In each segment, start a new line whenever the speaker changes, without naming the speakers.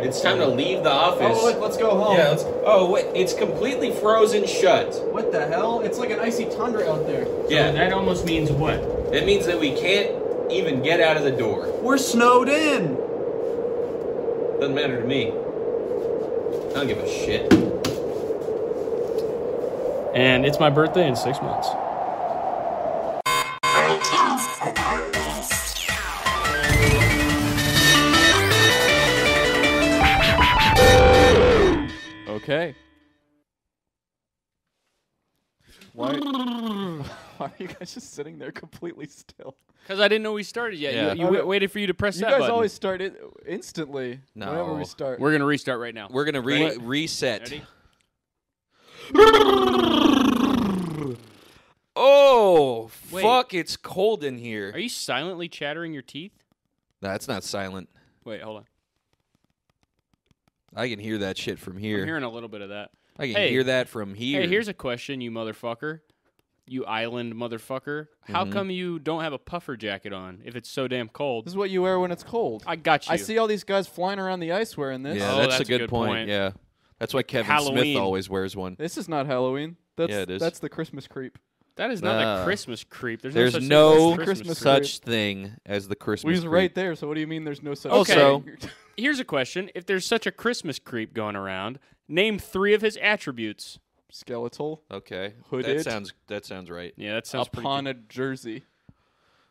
It's time to leave the office.
Oh, look, let's go home.
yeah. Let's, oh wait, it's completely frozen shut.
What the hell? It's like an icy tundra out there.
So
Yeah,
that almost means what?
that means that we can't even get out of the door.
We're snowed in.
Doesn't matter to me. I don't give a shit.
And it's my birthday in six months.
Okay. Why, why are you guys just sitting there completely still?
Because I didn't know we started yet. You-
Yeah.
You, wa- waited for you to press
You
that
guys
button.
always start it instantly whenever
No.
we start.
We're gonna restart right now.
We're gonna re-
Ready?
reset.
Ready?
Oh
Wait.
fuck! It's cold in here.
Are you silently chattering your teeth?
That's not silent.
Wait, hold on.
I can hear that shit from
I'm
here.
hearing a little bit of that.
I can
Hey.
hear that from here.
Hey, here's a question, you motherfucker. You island motherfucker. How come you don't have a puffer jacket on if it's so damn
this
cold?
is what you wear when it's cold.
I got you.
I see all these guys flying around the ice wearing this.
yeah,
Oh,
that's,
that's
a good, point. Yeah, that's why Kevin Smith
Halloween.
always wears one.
This is not Halloween. That's,
Yeah, it is.
That's the Christmas creep.
That is not
Nah.
a Christmas creep. There's,
There's
no, such thing
no
as Christmas
Christmas
creep.
Such thing as the Christmas.
We was
creep.
right there, so what do you mean there's no such
Okay.
thing?
Here's a question: If there's such a Christmas creep going around, name three of his attributes.
Skeletal
Okay,
Hooded.
that sounds that sounds right.
Yeah, that sounds pretty
upon
good.
a jersey.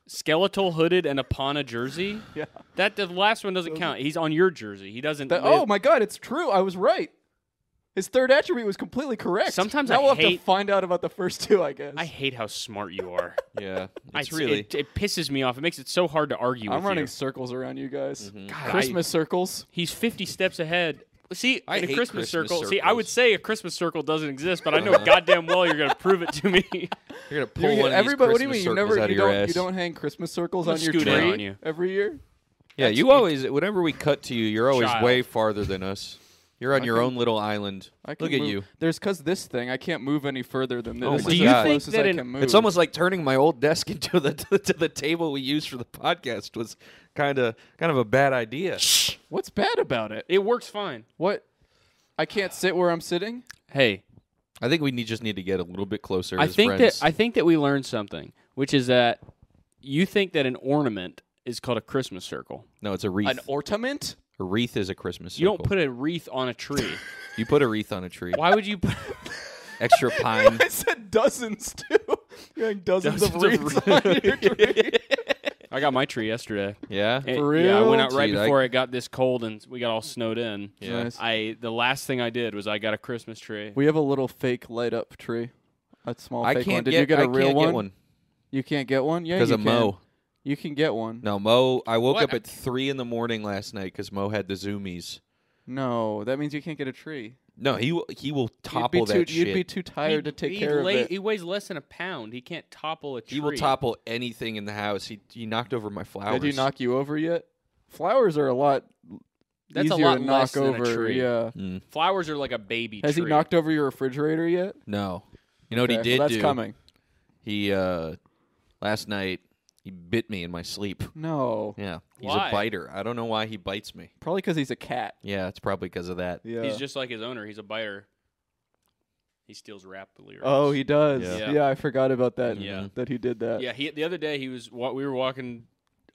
skeletal hooded and upon a jersey.
Yeah.
That the last one doesn't count. He's on your jersey. He doesn't.
That-
live-
oh my god, it's true. I was right. His third attribute was completely correct.
Sometimes
now
I
we'll have
hate-
to find out about the first two, I guess.
I hate how smart you are.
Yeah, it's
I-
really
it, it pisses me off. It makes it so hard to argue.
I'm
with
running
You. Mm-hmm.
circles around you guys.
God, I-
Christmas circles.
he's 50 steps ahead. See,
I
in a
hate
Christmas,
Christmas
circle. See, I
circles.
would say a Christmas circle doesn't exist, but I know goddamn well you're gonna prove it to me.
you're gonna
You
pull one of these
everybody, what do
Christmas
you mean? You
circles
never,
out of
you
your
don't,
ass.
you don't hang Christmas circles
I'm
on your
scoot
down
tree
on you.
every year.
yeah, you always whenever we cut to you, you're always
Child.
way farther than us. You're on your own little island.
I can
Look at
move-
you.
There's cause this thing, I can't move any further than this.
Oh
This
my
is
Do
as
you
think
close as
that
I
in-
can move.
It's almost like turning my old desk into the to the table we use for the podcast was kind of kind of a bad idea.
what's bad about it?
It works fine.
What? I can't sit where I'm sitting.
Hey,
I think we need, just need to get a little bit closer.
I
as
think
friends.
that I think that we learned something, which is that you think that an ornament is called a Christmas circle.
no, it's a wreath.
An ornament?
a wreath is a Christmas.
You don't
circle.
put a wreath on a tree.
you put a wreath on a tree.
Why would you put
Extra pine.
I said dozens too. you hang dozens, of
Dozens of
wreaths on your tree.
I got my tree yesterday.
Yeah.
It-
For
Yeah, I
real?
went out right
Dude, I-
before it got this cold and we got all snowed in.
Yeah.
Nice.
I the last thing I did was I got a Christmas tree.
We have a little fake light up tree. A small
I
fake
can't
one. Did
get,
you get
I
a real
can't
one?
Get one
You can't get one? Yeah,
because
you
of
can.
Mo.
You can get one.
No, Mo. I woke
What?
up at three in the morning last night because Mo had the zoomies.
No, that means you can't get a tree.
No, he will- he will
You'd be
topple
too,
that
you'd
shit.
be too tired to take
he
care
lay-
of
He
it.
weighs less than a pound. He can't topple a tree.
he will topple anything in the house. He he knocked over my flowers.
Did he knock you over yet? Flowers are a lot
That's a
easier
lot
to
less
knock
than a
over.
tree.
Yeah.
Flowers are like a baby
Has
tree.
he knocked over your refrigerator yet?
No. You know what
Okay,
he did
well, that's
do?
coming.
He uh, last night he bit me in my sleep.
No.
Yeah, he's
Why?
a biter. I don't know why he bites me.
Probably because he's a cat.
Yeah, it's probably because of that.
Yeah.
He's just like his owner. He's a biter. He steals rap lyrics.
Oh, he does.
Yeah.
Yeah.
Yeah.
I forgot about that.
Yeah.
That he did that.
Yeah, he the other day he was wa- we were walking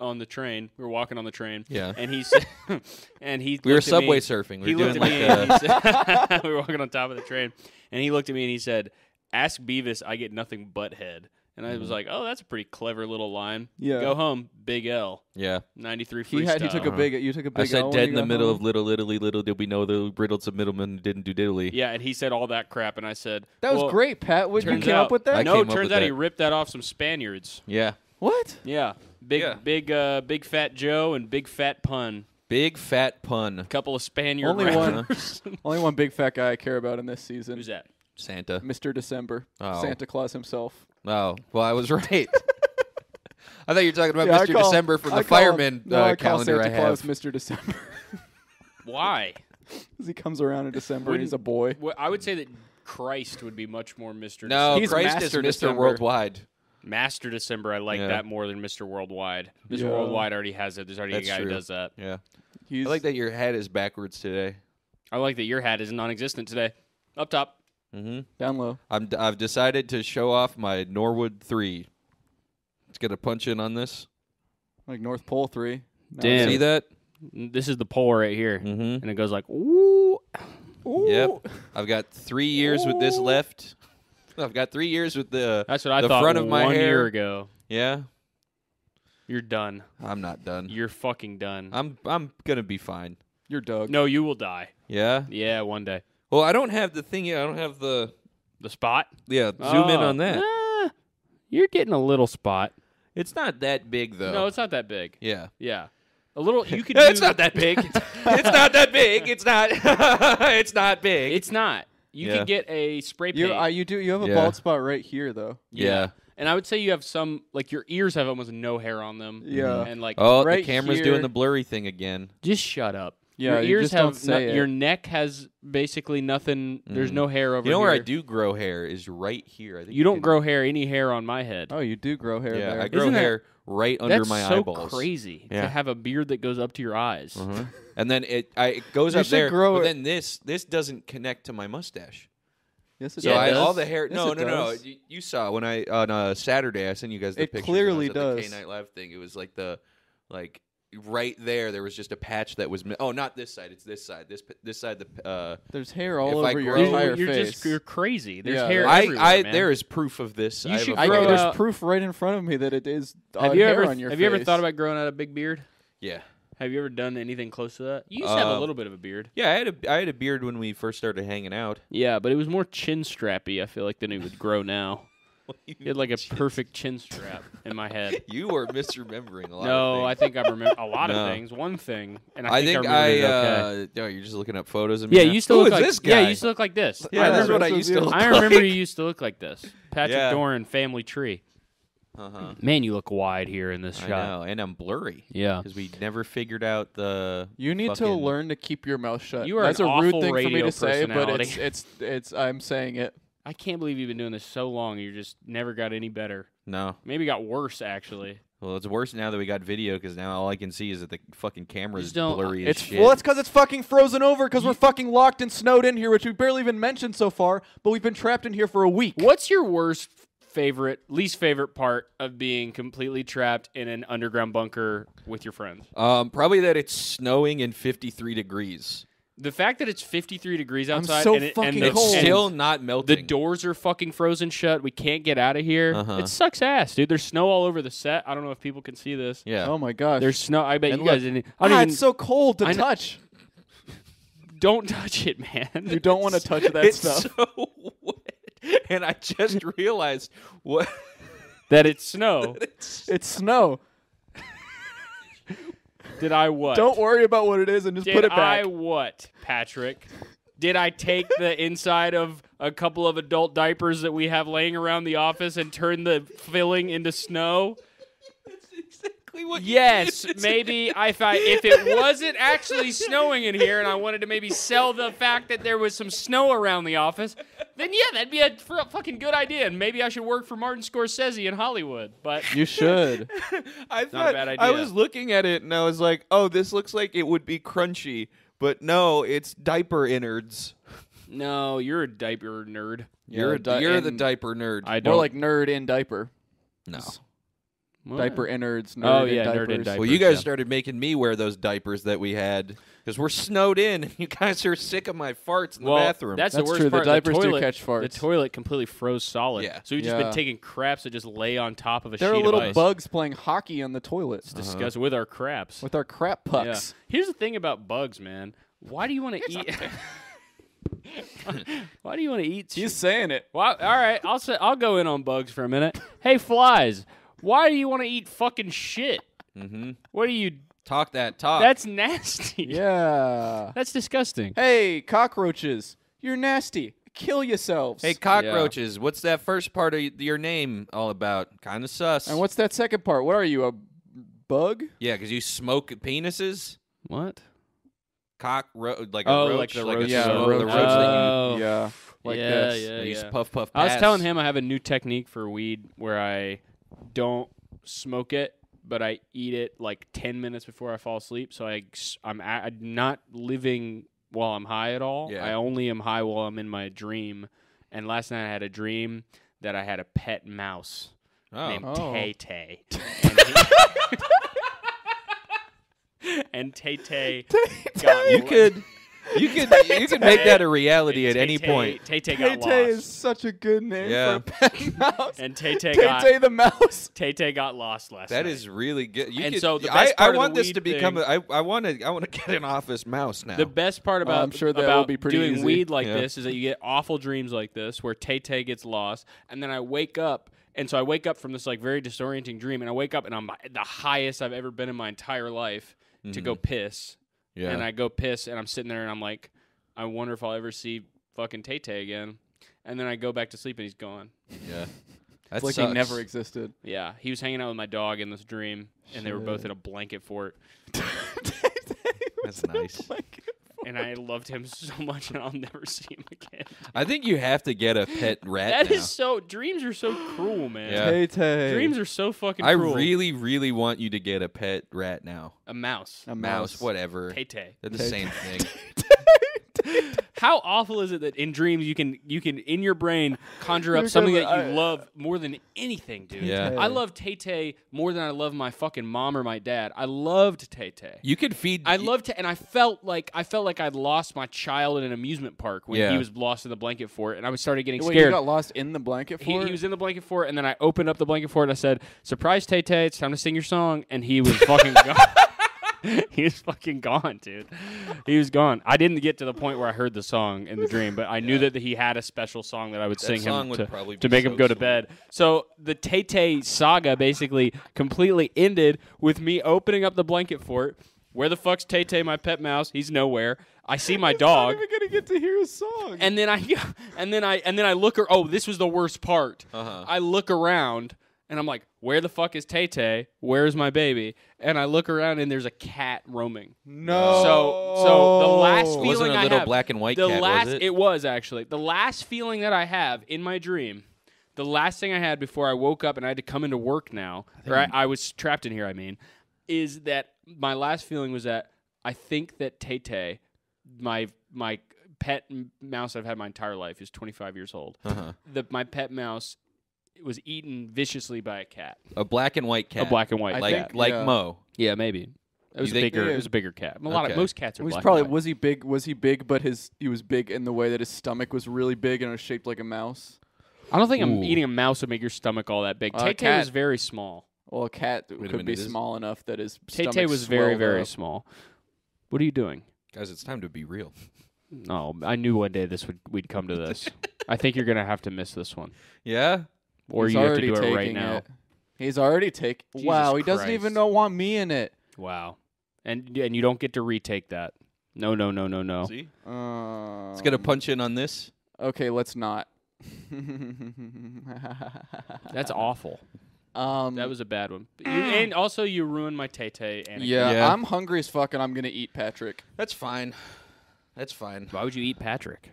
on the train. We were walking on the train.
Yeah.
and he said, and he
We were
looked at me-
subway surfing. We
he
were
looked
doing
at
like
me
a,
and he said, we were walking on top of the train, and he looked at me and he said, "Ask Beavis, I get nothing but head." And I was
Mm-hmm.
like, "Oh, that's a pretty clever little line."
Yeah.
go home, Big L,
yeah.
ninety three.
He had. He took a big. You took a big.
I said
L when
dead
you
in the
got
middle
home.
of Little Italy, Little Did We Know the Riddles of Middlemen Didn't Do Diddly.
yeah, and he said all that crap, and I said,
That was
well,
great, Pat. Would you
turns
came
out,
up with that?
I
No,
came up
turns
with
out
that.
he ripped that off some Spaniards.
Yeah.
What?
Yeah, big,
Yeah.
big, uh, big fat Joe and big fat pun.
Big fat pun.
couple of Spaniard
Only
rappers.
Only one big fat guy I care about in this season.
Who's that?
Santa.
Mr. December,
Oh.
Santa Claus himself.
Oh, well, I was right. I thought you were talking about
Yeah, I
Mr.
call-
December from
I
the
call him-
fireman
no,
uh,
I call
calendar
Santa
I
Claus
have.
Mr. December 'Cause
Why?
he comes around in December. and
Wouldn't-
he's a boy.
Well, I would say that Christ would be much more Mr.
No,
He's
Christ is
Master
Mr.
December.
Worldwide.
December. Master December. I like
Yeah.
that more than Mr. Worldwide. Mr.
Yeah.
Worldwide already has it. There's already
That's
a guy
true.
who does that.
Yeah.
He's
I like that your hat is backwards today.
I like that your hat is non-existent today. Up top.
down
Mm-hmm.
low.
I'm d- I've decided to show off my Norwood three. Let's get a punch in on this.
Like North Pole 3. No,
Damn.
See that?
This is the pole right here,
Mhm.
and it goes like ooh.
Yep. I've got three years with this left. I've got three years with the.
That's what I
the
thought
front of my
one
hair.
year ago.
Yeah,
You're done.
I'm not done.
You're fucking done.
I'm I'm gonna be fine.
You're Doug.
no, you will die.
Yeah.
Yeah, one day.
Well, I don't have the thing. yet. I don't have the.
The spot.
Yeah. Zoom in
Oh.
on that.
Ah, you're getting a little spot.
It's not that big though.
No, it's not that big.
yeah.
Yeah, a little. You could.
No,
do-
it's not that big. it's not that big. It's not. it's not big.
It's not. You
Yeah.
could get a spray paint.
You, I, you do. You have a
Yeah.
bald spot right here, though.
yeah.
and I would say you have some. Like your ears have almost no hair on them.
Yeah.
and like
Oh, the
Right
camera's
here.
doing the blurry thing again.
just shut up.
Yeah,
your
you
ears
just
have
don't say
no-
it.
your neck has basically nothing. There's
Mm.
no hair over.
You know where I
here.
do grow hair is right here. I think
You don't
can-
grow hair. Any hair on my head.
Oh, you do grow hair
Yeah,
there.
I grow
Isn't that-
hair right under
That's
my
so
eyeballs.
crazy to
Yeah.
have a beard that goes up to your eyes.
Uh-huh. And then it, I, it goes
You
up
should
there,
grow
but
it-
then this this doesn't connect to my mustache.
yes, it
So
Yeah, it
I,
does.
all the hair.
Yes,
no,
it
no, no.
does.
You, you saw when I on uh, Saturday I sent you guys the
It
picture.
clearly
when I was at
does.
The K Night Live thing. It was like the like right there. There was just a patch that was. mi- Oh, not this side. It's this side. This p- this side. The uh,
There's hair all
If I
over your
grow-
You're,
entire
you're
face.
just you're crazy. There's
Yeah,
hair.
They're
I,
everywhere,
I
man.
there is proof of this.
You
I have
should
a
I,
grow
photo.
there's
out-
proof right in front of me that it is uh,
Have you
hair
ever
on your
have
face.
you ever thought about growing out a big beard?
Yeah.
Have you ever done anything close to that? You used to have a
Um,
little bit of a beard.
Yeah, I had a I had a beard when we first started hanging out.
Yeah, but it was more chin strappy. I feel like than it would grow now. You had like a perfect chin strap in my head.
You were misremembering a lot.
No, I
of things.
think I remember a lot
No.
of things. One thing, and I,
I think
I,
I.
remembered it okay.
uh, no, you're just looking up photos of me.
yeah,
now.
you used to
Who
look
is
like
this
Yeah,
guy?
you used to look like this.
Yeah,
I
that's
remember,
what I
that's
used
what
to.
you-
Look
I remember you used to look like this. Patrick
Yeah.
Doran, Family Tree.
Uh-huh.
Man, you look wide here in this
I
shot.
know, and I'm blurry
Yeah.
because we never figured out the.
You need to
fucking-
learn to keep your mouth shut.
You are
That's
an
a rude
awful
thing for me
radio
to say, but it's
personality.
it's it's I'm saying it.
I can't believe you've been doing this so long. You just never got any better.
No,
Maybe got worse actually.
well, it's worse now that we got video because now all I can see is that the fucking camera is
Just don't- uh,
blurry
It's
as shit.
well, it's because it's fucking frozen over because we're fucking locked and snowed in here, which we barely even mentioned so far. But we've been trapped in here for a week.
What's your worst favorite, least favorite part of being completely trapped in an underground bunker with your friends?
um, probably that it's snowing and 53 degrees.
The fact that it's 53 degrees outside
so
and, it,
fucking
and the,
It's
cold.
and
still not
the
melting.
doors are fucking frozen shut. We can't get out of here.
Uh-huh.
It sucks ass, dude. There's snow all over the set. I don't know if people can see this.
Yeah.
Oh my gosh!
There's snow. I bet
And
you guys
look,
didn't. I
ah,
don't, even,
it's so cold to
I kn-
touch.
don't touch it, man.
You don't want to touch that
it's
stuff.
so wet, and I just realized what.
that it's snow.
it's,
It's snow.
Did I what?
Don't worry about what it is and just
Did
put it back.
I what, Patrick? Did I take the inside of a couple of adult diapers that we have laying around the office and turn the filling into snow?
it's exactly what. you
Yes,
did. It's-
maybe if I if it wasn't actually snowing in here and I wanted to maybe sell the fact that there was some snow around the office, then yeah, that'd be a fr- fucking good idea and maybe I should work for Martin Scorsese in Hollywood. But
You should.
I
Not a
thought
bad
I
idea.
was looking at it and I was like, "Oh, this looks like it would be crunchy." But no, it's diaper innards.
no, you're a diaper nerd.
you're
Yeah,
a,
di-
you're the
and-
diaper nerd.
I don't
More like nerd in diaper.
no.
Diaper innards. Nerd
Oh,
in
yeah, nerd
diapers.
in diaper.
Well, you guys
yeah.
started making me wear those diapers that we had because we're snowed in, and you guys are sick of my farts in
well,
the bathroom.
That's, the
That's
worst
true. The
part.
diapers do
toilet,
catch
The
farts.
toilet completely froze solid.
Yeah.
So we've just
Yeah.
been taking craps that just lay on top of a
There are
sheet
little Uh-huh.
of ice.
bugs playing hockey on the toilet
Discuss with our craps.
with our crap
Yeah.
pucks.
Here's the thing about bugs, man. Why do you want to eat? Why do you want to eat?
He's saying it.
Why, all right, I'll say I'll go in on bugs for a minute. Hey, flies. Why do you want to eat fucking shit?
Mhm.
What do you?
talk that talk.
That's nasty.
Yeah.
That's disgusting.
Hey, cockroaches! You're nasty. Kill yourselves.
hey, cockroaches. What's that first part of y- your name all about? Kind of sus.
And what's that second part? What are you, a bug?
yeah, because you smoke penises.
What?
Cockroach, like
Oh,
a roach,
like the
like
roach
a
Yeah,
smoke,
roach.
the roach that you
Oh.
Yeah. Like
yeah,
this.
yeah,
And you
yeah.
just puff puff.
I was
pass.
telling him I have a new technique for weed where I don't smoke it but I eat it like 10 minutes before I fall asleep. So I, s- I'm, a- I'm not living while I'm high at all.
Yeah.
I only am high while I'm in my dream. And last night I had a dream that I had a pet mouse named
Oh.
Tay Tay. And he- And Tay Tay got
you could, you could, you could make that a reality at any
Tay-Tay-
point.
Tay-Tay got
Tay Tay
lost.
is such a good name
Yeah.
for a pet mouse.
And Tay-Tay
Tay
got-
Tay the mouse.
Tay-Tay got lost last night.
That is really good. You
And
could-
so the
I,
best part
I
of the
want this
weed
to become.
thing-
A, I, I want to. I want to get an office mouse now.
The best part about
I'm sure that will
about
be pretty
doing
easy.
weed like
Yeah.
this is that you get awful dreams like this where Tay Tay gets lost, and then I wake up, and so I wake up from this like very disorienting dream, and I wake up and I'm the highest I've ever been in my entire life to go
Mm-hmm.
piss,
yeah.
and I go piss, and I'm sitting there and I'm like, I wonder if I'll ever see fucking Tay Tay again, and then I go back to sleep and he's gone.
yeah.
It's
That
like
sucks.
he never existed.
Yeah, he was hanging out with my dog in this dream, and they were both in a blanket fort,
That's nice.
and I loved him so much, and I'll never see him again.
I think you have to get a pet rat.
That
now.
is so. Dreams are so cruel, man.
Yeah.
Tay Tay.
Dreams are so fucking
I
cruel.
really, really want you to get a pet rat now.
a mouse.
a
Mouse, whatever.
Tay Tay.
They're the same thing.
How awful is it that in dreams you can you can in your brain conjure up
You're
something
gonna-
that you
I-
love more than anything, dude?
Yeah.
I love Tay Tay more than I love my fucking mom or my dad. I loved Tay Tay.
You could feed.
I loved it, and I felt like I felt like I'd lost my child in an amusement park when
Yeah.
he was lost in the blanket fort, and I was started getting
Wait, you
scared.
got lost in the blanket for
he, he was in the blanket fort, and then I opened up the blanket fort, and I said, "Surprise, Tay Tay! It's time to sing your song." And he was fucking gone. he was fucking gone, dude. He was gone. I didn't get to the point where I heard the song in the dream, but I knew that he had a special song that I would sing
song
him
would
to,
probably
to
be
make him
so
go to
sweet.
bed. So the Tay Tay saga basically completely ended with me opening up the blanket fort. Where the fuck's Tay Tay, my pet mouse? He's nowhere. I see my dog.
not even gonna get to hear his song.
And then I and then I and then I look her oh, this was the worst part.
Uh-huh.
I look around and I'm like, where the fuck is Tay Tay? Where is my baby? And I look around and there's a cat roaming.
no.
So so the last
It
feeling
Oh. wasn't a
I
little
have-
black and white
the
cat, was
last
it?
was actually. The last feeling that I have in my dream, the last thing I had before I woke up and I had to come into work now, or I, I was trapped in here, I mean, is that my last feeling was that I think that Tay Tay, my my pet m- mouse I've had my entire life is 25 years old.
Uh-huh.
The, my pet mouse was eaten viciously by a cat,
a black and white cat.
a black and white
I
cat.
like
think-
like
yeah.
Mo.
yeah, maybe. It was a
think-
bigger.
Yeah.
It was a bigger cat. A lot
Okay.
of most cats are
He was
black.
probably
and white.
was he big? Was he big? But his he was big in the way that his stomach was really big and it was shaped like a mouse.
I don't think
Ooh.
I'm eating a mouse would make your stomach all that big.
Uh,
Tay Tay
cat.
was very small.
Well, a cat
a
could
minute,
be
is-
small enough that his
Tay Tay
stomach
was very
swelled
very
up.
small. What are you doing?
Guys, it's time to be real.
No, Oh, I knew one day this would we'd come to this. I think you're gonna have to miss this one,
Yeah.
or
He's
you have to
already
do it
taking
right now.
it. He's already taking.
Jesus
Wow, he doesn't
Christ.
even know want me in it.
Wow, and and you don't get to retake that. No, no, no, no, no.
See,
Um,
it's gonna punch in on this.
Okay, let's not.
That's awful.
um,
That was a bad one. You- and also, you ruined my Tay Tay.
yeah,
Yeah.
I'm hungry as fuck, and I'm gonna eat Patrick
That's fine. That's fine.
Why would you eat Patrick?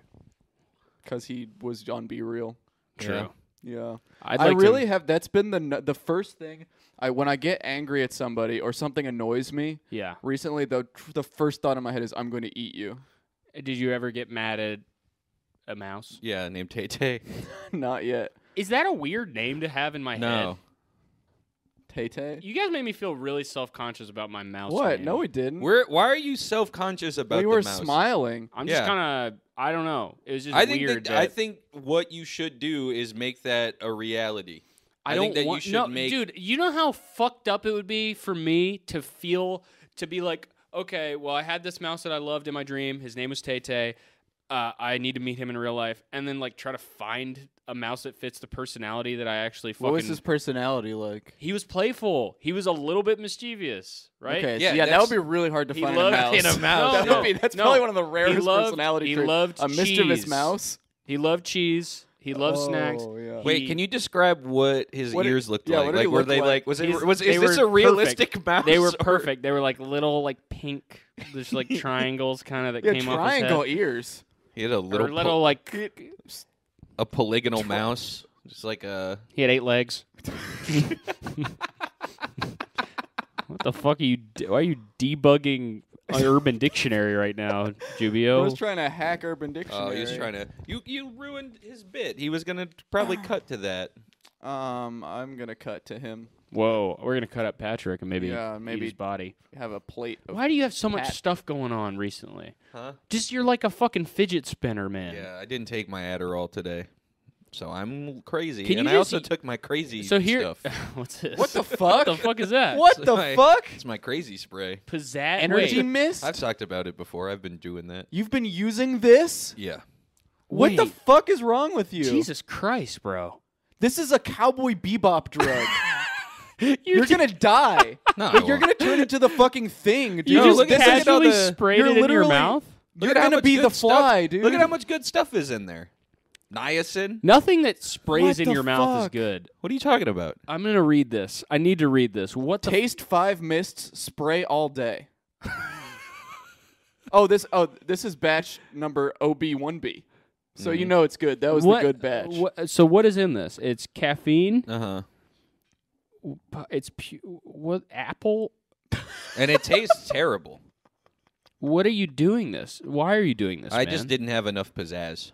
because he was on Be Real.
True.
Yeah.
Yeah,
I'd
I
like to-
really have. That's been the n- the first thing. I when I get angry at somebody or something annoys me.
Yeah.
Recently, the tr- the first thought in my head is I'm going to eat you.
Did you ever get mad at a mouse?
Yeah, named Tay Tay.
Not yet.
Is that a weird name to have in my head?
No,
Tay Tay.
You guys made me feel really self conscious about my mouse.
What?
name.
No, we didn't.
We're, why are you self-conscious about
we
the
were
mouse?
smiling.
I'm
Yeah.
just kind of. I don't know. It was just
I think
weird.
that, I think what you should do is make that a reality.
I
I
don't
think that you
want.
should
no,
make-
dude. You know how fucked up it would be for me to feel to be like, okay, well, I had this mouse that I loved in my dream. His name was Tay Tay. Uh, I need to meet him in real life, and then like try to find a mouse that fits the personality that I actually fucking.
What was his personality like?
He was playful. He was a little bit mischievous, right?
Okay, so
Yeah,
yeah, that
that's-
would be really hard to
He
find
loved-
in a mouse.
in a mouse.
That
No,
would be,
no,
that's
no.
probably one of the rarest
loved-
personality
he
traits.
loved
a mischievous
cheese.
mouse.
He loved cheese. He loved snacks.
Oh, yeah.
Wait, can you describe what his
What did-
ears looked
yeah,
like?
what did
Like
he
were
look
they
like?
like was it
He's-
was
they
is this
were
a realistic
perfect.
mouse?
They were
or-
perfect. They were like little like pink, just like triangles kind of that
Yeah,
came
triangle
off his head.
ears.
He had a
Or
little
little,
po-
like
a polygonal mouse, just like a
he had eight legs. What the fuck are you? d why are you debugging Urban Dictionary right now,
I was
Jubio?
trying to hack Urban
Oh,
Dictionary.
he was trying to. You you ruined his bit. He was gonna probably cut to that.
to. Um, I'm gonna cut to him.
Whoa, we're gonna cut up Patrick and maybe
Yeah,
eat
maybe-
his body.
Have a plate of.
Why do you have so much stuff going on recently?
Huh?
Just you're like a fucking fidget spinner, man.
Yeah, I didn't take my Adderall today, so I'm crazy.
Can
and
you
I
just
also
eat-
took my crazy
So here,
stuff.
what's this?
What the
What
fuck?
the fuck is that?
What the
my-
fuck?
It's my crazy spray.
pizzazz?
Energy
Wait.
mist.
I've talked about it before. I've been doing that.
You've been using this.
Yeah.
What the
Wait.
fuck is wrong with you?
Jesus Christ, bro!
This is a cowboy bebop drug.
You're,
You're
just-
gonna die.
No, I
You're
won't.
gonna turn into the fucking thing, dude.
you
No,
just
look at-
casually
look at all the-
sprayed
you're
it in your
literally-
mouth.
Look
You're
at how
gonna
much
be the
good stuff-
fly, dude.
Look at how much good stuff is in there. Niacin.
Nothing that sprays
What
in
the
your mouth is
fuck?
good.
What are you talking about?
I'm gonna read this. I need to read this. What the?
Taste five mists, spray all day. oh, this oh this is batch number OB one B. So you know it's good. That was
what,
the good batch.
what- uh, so what is in this? It's caffeine.
Uh
Uh-huh.
huh.
pu- It's pu- what apple?
And it tastes terrible.
What are you doing this? Why are you doing this?
I
man?
just didn't have enough pizzazz.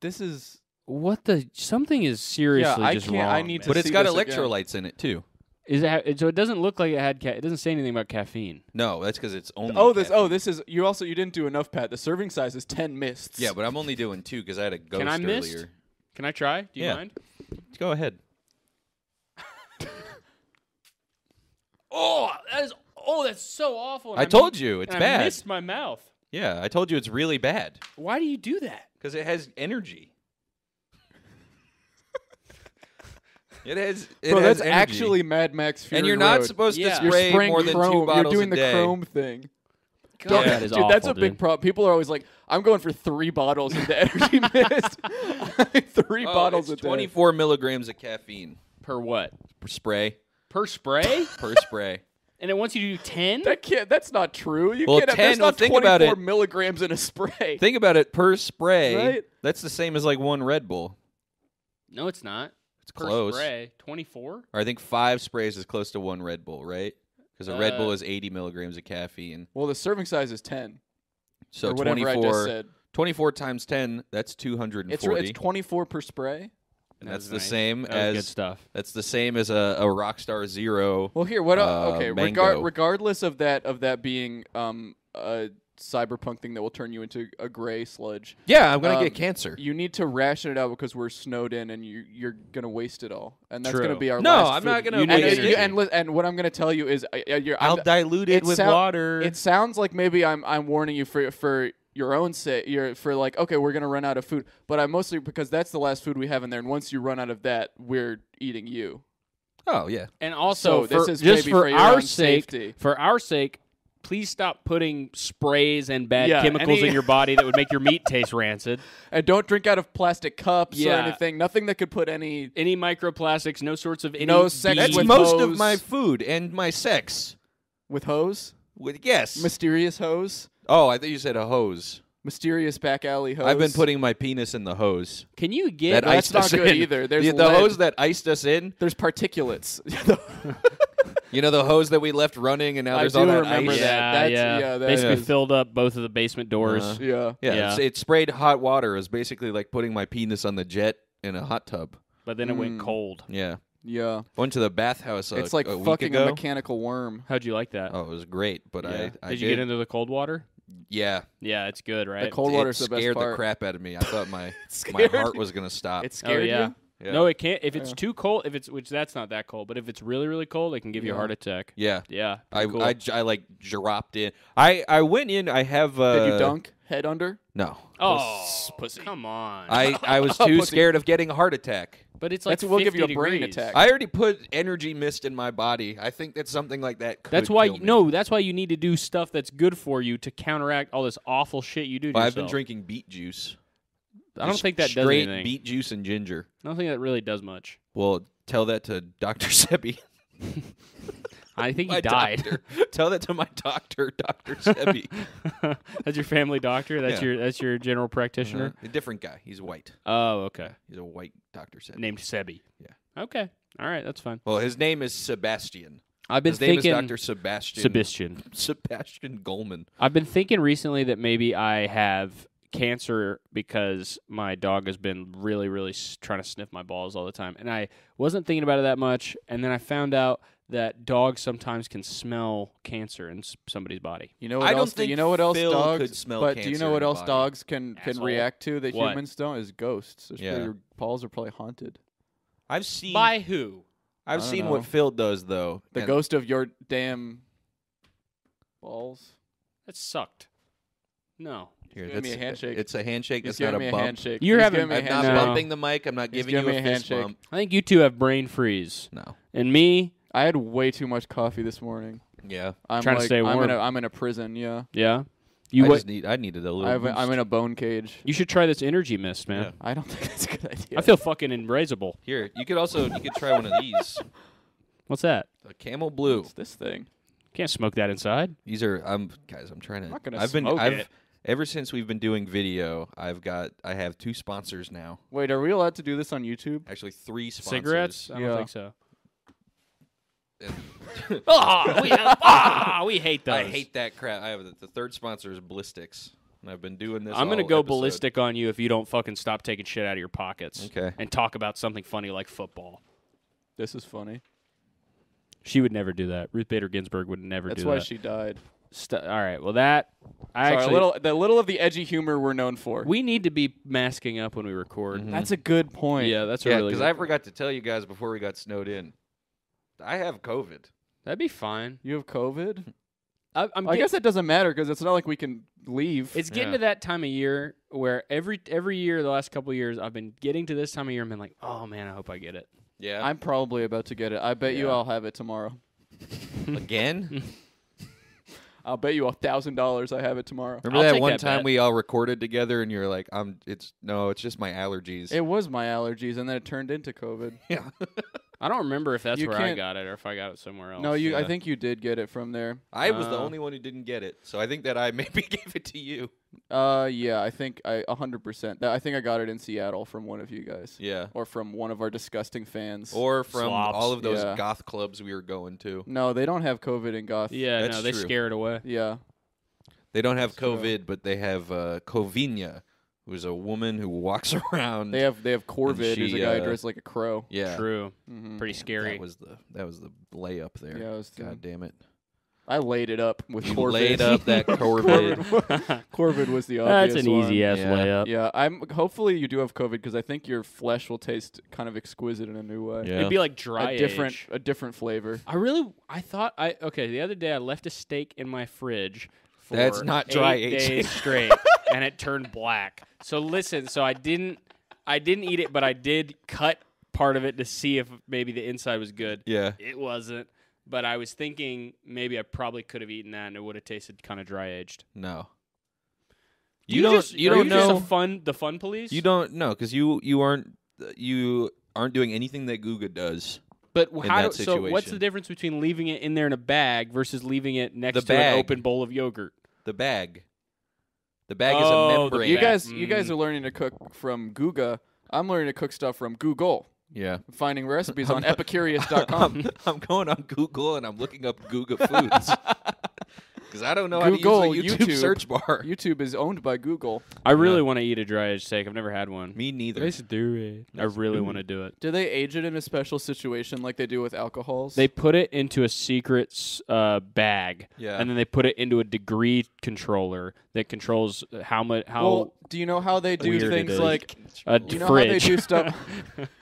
This is
What the? Something is seriously
Yeah, I
just
can't-
wrong.
I need to
But it's
see
got
this again.
electrolytes in it too.
Is it, ha- so it doesn't look like it had. Ca- it doesn't say anything about caffeine.
No, that's because it's only.
Oh, this
caffeine.
oh this is you also you didn't do enough, Pat. The serving size is ten mists.
Yeah, but I'm only doing two because I had a ghost
Can I mist?
earlier.
Can I try? Do you
Yeah.
mind?
Go ahead.
Oh, that is. Oh, that's so awful. and
I
mi-
told you, it's
and
bad.
I missed my mouth.
Yeah, I told you it's really bad
Why do you do that?
because it has energy. it has. It
Bro,
has
that's
energy.
actually Mad Max Fury
And you're not
Road.
supposed
Yeah.
to
You're
spray
spraying
more than
chrome.
two bottles
You're doing
a
the
day.
chrome thing.
God,
Yeah.
that is
dude,
awful.
that's a big
dude.
problem. People are always like, "I'm going for three bottles of the energy mist, three
Oh,
bottles a
it's
day."
24 milligrams of caffeine
Per what?
per spray
Per spray?
per spray.
and it wants you to do ten?
That can't. That's not true. You
Well,
can't. have, that's
10 well,
not
think
24
about it.
milligrams in a spray.
Think about it per spray.
Right?
That's the same as like one Red Bull.
No, it's not.
It's
Per
close.
spray, twenty-four.
Or I think five sprays is close to one Red Bull, right? Because a Red
Uh,
Bull is 80 milligrams of caffeine.
well, the serving size is 10.
So
or whatever
24,
I just said.
24 times 10, that's
It's
240.
it's 24 per spray.
and that's
was
the
nice.
same
That was
as
good stuff.
that's the same as a, a Rockstar Zero.
Well, here, what?
Uh,
okay,
mango.
regardless of that, of that being um a cyberpunk thing that will turn you into a gray sludge,
Yeah, I'm gonna
um,
get cancer.
you need to ration it out because we're snowed in, and you you're gonna waste it all, and that's gonna
True.
be our
No,
last
I'm
food.
not gonna
You
And,
need
it-
waste
energy.
you-
it.
and, li- and what I'm gonna tell you is, I, I- you're,
I'll
I'm,
dilute it,
it
with
sound-
water.
It sounds like maybe I'm I'm warning you for for your own sake. You're for like okay, we're gonna run out of food, but I'm mostly because that's the last food we have in there, and once you run out of that, we're eating you.
oh yeah.
And also,
So this
for-
is
just
maybe
for,
for your
our
own
sake,
safety.
for our sake, please stop putting sprays and bad
Yeah,
chemicals
any-
in your body that would make your meat taste rancid.
And don't drink out of plastic cups
Yeah.
or anything. Nothing that could put any.
Any microplastics, no sorts of any.
No sex
That's
with
most of
hose.
my food and my sex.
With hose?
With yes.
Mysterious hose?
oh, I thought you said a hose.
Mysterious back alley hose?
I've been putting my penis in the hose.
Can you
That
get
that's
iced
not
us
good
in.
either. There's
the, the
lead.
hose that iced us in.
There's particulates.
You know the hose that we left running, and now
I
there's
do
all that
remember
ice.
that. That's-
yeah.
yeah, that
Basically
is-
filled up both of the basement doors.
Uh-huh.
yeah.
Yeah,
Yeah.
it's- It, sprayed hot water. It was basically like putting my penis on the jet in a hot tub.
but then it went cold.
Yeah,
Yeah.
went to the bathhouse. A,
It's like
a week
fucking
ago.
a mechanical worm.
How'd you like that?
Oh, it was great, but
Yeah.
I, I
did you get into the cold water?
Yeah,
Yeah, it's good, right?
The cold
it
water's the
scared
best part.
crap out of me. I thought my my
scared
heart
you.
was gonna stop.
It
Oh
scared
yeah.
you?
Yeah.
No, it can't. If it's too cold, if it's which that's not that cold, but if it's really really cold, it can give you a heart attack.
yeah,
Yeah.
I,
pretty cool.
I, j- I like dropped in. I I went in. I have. Uh,
Did you dunk? Head under?
No,
oh, come on.
I I
Oh,
was too
Pussy.
scared of getting a heart attack.
but it's like
That's- we'll give
50
you a brain
degrees.
attack.
I already put energy mist in my body. I think that something like that. Could
That's why
kill me.
no. That's why you need to do stuff that's good for you to counteract all this awful shit you do. To
But I've been
yourself.
drinking beet juice.
I don't
Just
think that does
straight
anything.
beet juice and ginger.
I don't think that really does much.
Well, tell that to Doctor Sebi.
I think
My
he died.
doctor. tell that to my doctor, Doctor Sebi.
that's your family doctor. That's
Yeah. Mm-hmm.
your that's your general practitioner.
A different guy. He's white.
Oh, okay.
He's a white Doctor Sebi.
Named Sebi.
Yeah.
Okay. All right. That's fine.
Well, his name is Sebastian.
I've been
His name is
thinking
Doctor Sebastian
Sebastian.
Sebastian Goldman.
I've been thinking recently that maybe I have cancer because my dog has been really, really s- trying to sniff my balls all the time. And I wasn't thinking about it that much. And then I found out that dogs sometimes can smell cancer in s- somebody's body.
You know
I
what
don't
else? do
think
you know what else
Phil
dogs?
could smell
but do you
cancer
know
in
what
the
else
body.
dogs can can
Asshole.
react to that
What?
humans don't? Is ghosts. There's
Yeah.
probably- Your balls are probably haunted.
I've seen
By who?
I've
I don't
seen
know.
what Phil does though.
The
and-
ghost of your damn balls.
That sucked. No.
Here,
giving me
that's-
a handshake.
It's a handshake.
He's
That's not
giving
a
me a
bump.
handshake.
You're
He's
having-
giving me a
I'm not
handshake.
No.
bumping the mic. I'm not
He's
giving you
giving
a,
me a
fist
handshake.
bump.
I think you two have brain freeze.
No.
And me,
I had way too much coffee this morning.
Yeah.
I'm
Trying to
like-
stay
I'm
warm.
in a, I'm in a prison. Yeah.
yeah. You
I
wa-
just need. I needed a little.
I have a, I'm
boost.
in a bone cage.
you should try this energy mist, man.
Yeah.
I don't think that's a good idea.
I feel fucking embraceable.
Here, you could also you could try one of these.
What's that?
A camel blue.
What's this thing.
Can't smoke that inside.
These are I'm guys. I'm trying to.
not gonna
I've been.
smoke
I've
it.
ever since we've been doing video. I've got. I have two sponsors now.
Wait, are we allowed to do this on YouTube?
Actually, three sponsors.
Cigarettes? I don't
Yeah.
think so.
And-
Ah, we, ah, we hate those.
I hate that crap. I have the, the third sponsor is Ballistics, and I've been doing this.
I'm gonna
all
go
episode.
ballistic on you if you don't fucking stop taking shit out of your pockets.
Okay.
And talk about something funny like football.
This is funny.
She would never do that. Ruth Bader Ginsburg would never
That's
do
why
that.
she died.
St- all right. Well, that I
Sorry,
actually
little, the little of the edgy humor we're known for.
we need to be masking up when we record.
Hmm.
That's a good point.
Yeah, that's a
Yeah,
really.
because
good-
I forgot to tell you guys before we got snowed in. I have COVID.
That'd be fine.
You have COVID?
I, I'm
I
get-
guess that doesn't matter because it's not like we can leave.
It's getting
Yeah.
to that time of year where every every year the last couple of years I've been getting to this time of year and been like, oh man, I hope I get it.
Yeah.
I'm probably about to get it. I bet you
Yeah.
I'll have it tomorrow.
Again.
I'll bet you a thousand dollars I have it tomorrow.
Remember
I'll
that
take
one
that
time
bet.
we all recorded together, and you're like, "I'm." It's no, it's just my allergies.
It was my allergies, and then it turned into COVID.
yeah.
I don't remember if that's
You
where I
can't-
got it or if I got it somewhere
Oh,
else.
No, you. I
yeah.
think you did get it from there.
I was the
Uh.
only one who didn't get it, so I think that I maybe gave it to you.
Uh, yeah, I think I a hundred percent. I think I got it in Seattle from one of you guys,
Yeah.
or from one of our disgusting fans.
Or from
Slops.
all of those
Yeah.
goth clubs we were going to.
no, they don't have COVID in Goth.
Yeah,
That's
no, they
true.
scare it away.
yeah.
They don't have
true.
COVID, but they have uh, Covinia, who's a woman who walks around.
They have they have Corvid, who's a
she,
guy
uh,
dressed like a crow.
yeah.
True.
Mhm.
Pretty scary.
That was the that was the layup there.
Yeah, it was the-
God damn it.
I laid it up with
You
Corvid.
laid up that Corvid.
Corvid was the obvious
That's an easy ass
Yeah.
layup.
Yeah, I'm. Hopefully, you do have COVID because I think your flesh will taste kind of exquisite in a new way.
Yeah.
It'd be like dry
a different,
age.
a different flavor.
I really, I thought I okay. The other day, I left a steak in my fridge. For
That's not dry
eight
age.
days straight, and it turned black. So listen, so I didn't, I didn't eat it, but I did cut part of it to see if maybe the inside was good.
Yeah.
It wasn't, but I was thinking maybe I probably could have eaten that, and it would have tasted kind of dry aged.
No. You, don't
Just,
you
are
don't
just
know
the fun, the fun police.
you don't know cuz you you aren't you aren't doing anything that Guga does.
But
in
how?
that
do, so what's the
situation.
difference between leaving it in there in a bag versus leaving it next
The
to
bag.
an open bowl of yogurt?
The bag. The bag
Oh,
is
the
a membrane.
You
Yeah.
guys, you guys
Mm.
are learning to cook from Guga. I'm learning to cook stuff from Google.
Yeah.
Finding recipes on
I'm,
Epicurious.com.
I'm going on Google and I'm looking up Google Foods because I don't know how
Google,
to use the YouTube,
YouTube.
search bar.
YouTube is owned by Google.
I really want to eat a dry aged steak. I've never had one.
Me neither.
Let's do it. I really want to do it.
Do they age it in a special situation like they do with alcohols?
They put it into a secret s- uh, bag,
Yeah.
and then they put it into a degree controller that controls how much how
well, do you know how they do
Weird it
things
is.
like
a
you know how they
fridge.
do stuff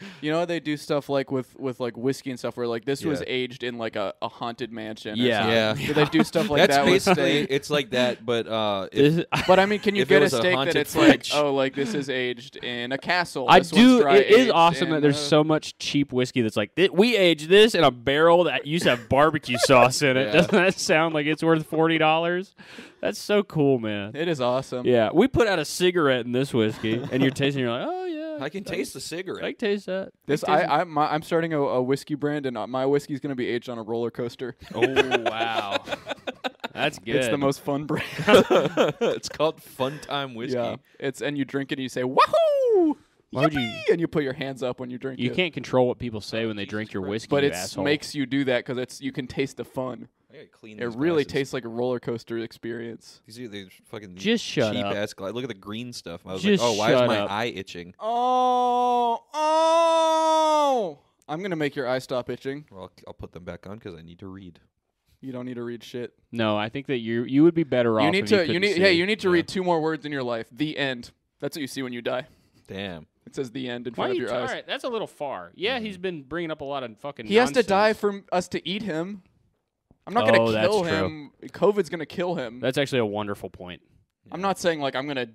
you know how they do stuff like with with like whiskey and stuff where like this was
Yeah.
aged in like a, a haunted mansion or
Yeah.
something.
Yeah.
do they do stuff like
That's
that with
basically
steak
it's like that, but uh, if-
This- I,
but i mean can you
if it
get a
was a
steak that
haunted
it's
fridge.
like oh like this is aged in a castle
I
this one's
do.
dry
It is
aged uh,
awesome
in
that there's
a-
so much cheap whiskey that's like "Th- we age this in a barrel that used to have barbecue sauce in it.
Yeah.
Doesn't that sound like it's worth forty dollars? That's so cool, man.
it is awesome
Yeah, we put out a cigarette in this whiskey, and you're tasting. You're like, oh yeah,
I can taste the cigarette.
I can taste that.
this
I can
i
taste
i'm, I'm starting a, a whiskey brand and uh, my whiskey's going to be aged on a roller coaster
it. oh wow, that's good.
it's the most fun brand
it's called Fun Time Whiskey.
yeah it's and you drink it and you say wahoo
Why would you-
"Yippee," and you put your hands up when you drink
You
it.
can't control what people say when they drink your whiskey,
but
you
it
asshole. Mm,
makes you do that because it's you can taste the fun.
I gotta clean
It
these
really
glasses.
tastes like a roller coaster experience.
These are these fucking
Just shut
cheap
up.
ass glasses. Look at the green stuff. I was
Just
like, oh, why is
shut
my
up.
eye itching?
Oh, oh! I'm gonna make your eye stop itching.
Well, I'll, I'll put them back on because I need to read.
You don't need to read shit.
No, I think that you you would be better off.
you need
if
to. You,
couldn't
need.
see.
Hey, you need to read two more words in your life. The end. That's what you see when you die.
Damn.
It says the end in
Why
front
are
of
you?
your
T- all
eyes. Mm.
right, that's a little far. Yeah, he's been bringing up a lot of fucking.
He has to die for m- us to eat him. I'm not
Oh,
gonna
that's
kill
true.
him. COVID's gonna kill him.
That's actually a wonderful point.
I'm not saying like I'm gonna.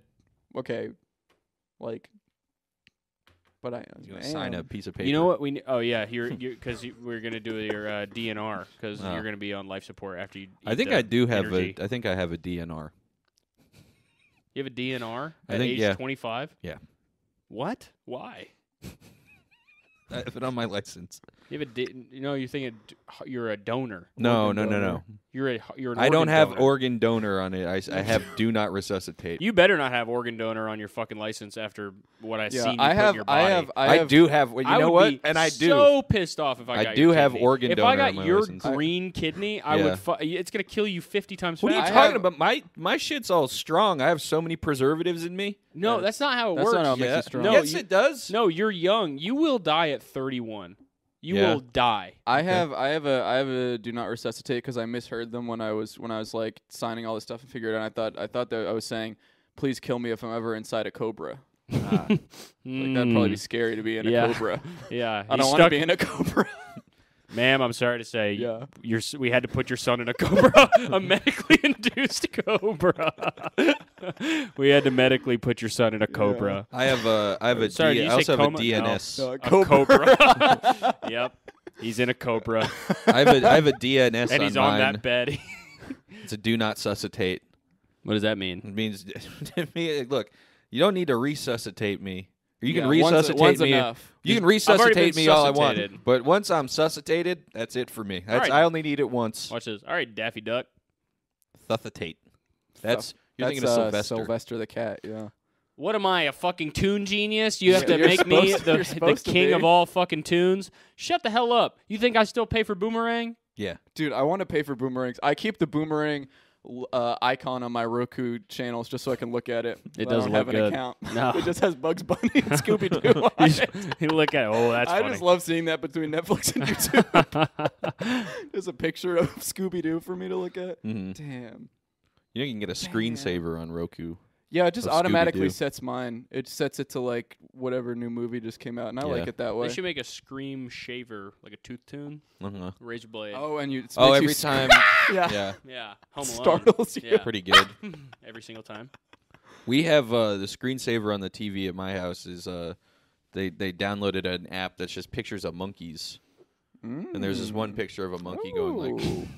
Okay, like. But I.
You gonna sign
am.
a piece of paper?
You know what we? ne- Oh yeah, you're because you, we're gonna do your uh, DNR because
Oh.
you're gonna be on life support after you.
I
eat
think
the
I do have
energy.
a. I think I have a DNR.
You have a DNR
I
at
think-
age
yeah.
25.
Yeah.
What? Why?
I have it on my license.
You have a D- you know you're thinking d- you're a donor.
No,
Organ
no, no, no.
donor.
You're a you're an.
I don't
organ
have
donor.
organ donor on it. I, s- I have do not resuscitate.
You better not have organ donor on your fucking license after what I
Yeah,
seen. You
I
put in
have.
your
I
body.
have.
I,
I have.
do have. Well, you
I
know
would
what?
be
And I do.
So pissed off if I,
I
got
do
your
have
kidney.
organ
If
donor
I got
on my
your
license.
green kidney, I
Yeah.
would. Fu- it's gonna kill you fifty times
what are you
I
faster.
talking
have-
about? My my shit's all strong. I have so many preservatives in me.
no, that's not how it
That's
works.
not how it makes
Yeah.
you strong.
No,
yes,
you-
it does.
No, you're young. You will die at 31. You
Yeah.
will die.
I have I have a I have a do not resuscitate because I misheard them when I was when I was like signing all this stuff and figured it out. I thought I thought that I was saying, please kill me if I'm ever inside a cobra. Ah. Like that'd probably be scary to be in
Yeah.
a cobra.
Yeah,
I don't
he's
want to
stuck-
be in a cobra.
Ma'am, I'm sorry to say,
Yeah.
your s- we had to put your son in a cobra, a medically induced cobra. we had to medically put your son in a cobra.
I have a. I have a.
Sorry,
D-
did you
I also
say
have a
coma? No.
DNS.
No, a
A
cobra.
cobra. yep, he's in a cobra,
I have a. I have a DNS
and
on
he's
mine.
on that bed.
It's a do not suscitate.
what does that mean?
It means to me, look, you don't need to resuscitate me. You can
Yeah, one's-
resuscitate
one's
me.
enough.
You can
I've already
resuscitate
been
me all I want.
suscitated.
But once I'm suscitated, that's it for me. That's,
right.
I only need it once.
Watch this. All right, Daffy Duck.
Thusitate. That's you're
That's
thinking of
uh,
Sylvester.
Sylvester the cat. Yeah.
What am I, a fucking tune genius? You have
Yeah,
to
you're
make me
supposed-
the,
you're
the
supposed to
king
be.
of all fucking tunes? Shut the hell up. You think I still pay for Boomerang?
Yeah.
Dude, I want to pay for boomerangs. I keep the boomerang l- uh, icon on my Roku channels just so I can look at it.
It
I
does
don't
look
have an
good.
account.
No.
it just has Bugs Bunny and Scooby Doo.
you just- you look at it. Oh, that's
I
funny.
just love seeing that between Netflix and YouTube. There's a picture of Scooby Doo for me to look at.
Mm-hmm.
Damn.
You, know, you can get a screensaver on Roku.
Yeah, it just
Of
automatically
Scooby-Doo.
sets mine. It sets it to like whatever new movie just came out, and I like
Yeah.
it that
they
way.
should make a scream shaver, like a tooth tune,
Uh-huh.
razor blade.
Oh, and you. it
Oh,
makes
every
you sc-
time.
Yeah.
yeah.
Yeah, Home Alone.
Startles you.
Yeah,
Pretty good.
every single time.
We have uh, the screensaver on the TV at my house is uh, they they downloaded an app that's just pictures of monkeys, and there's this one picture of a monkey going like,
Mm. Ooh.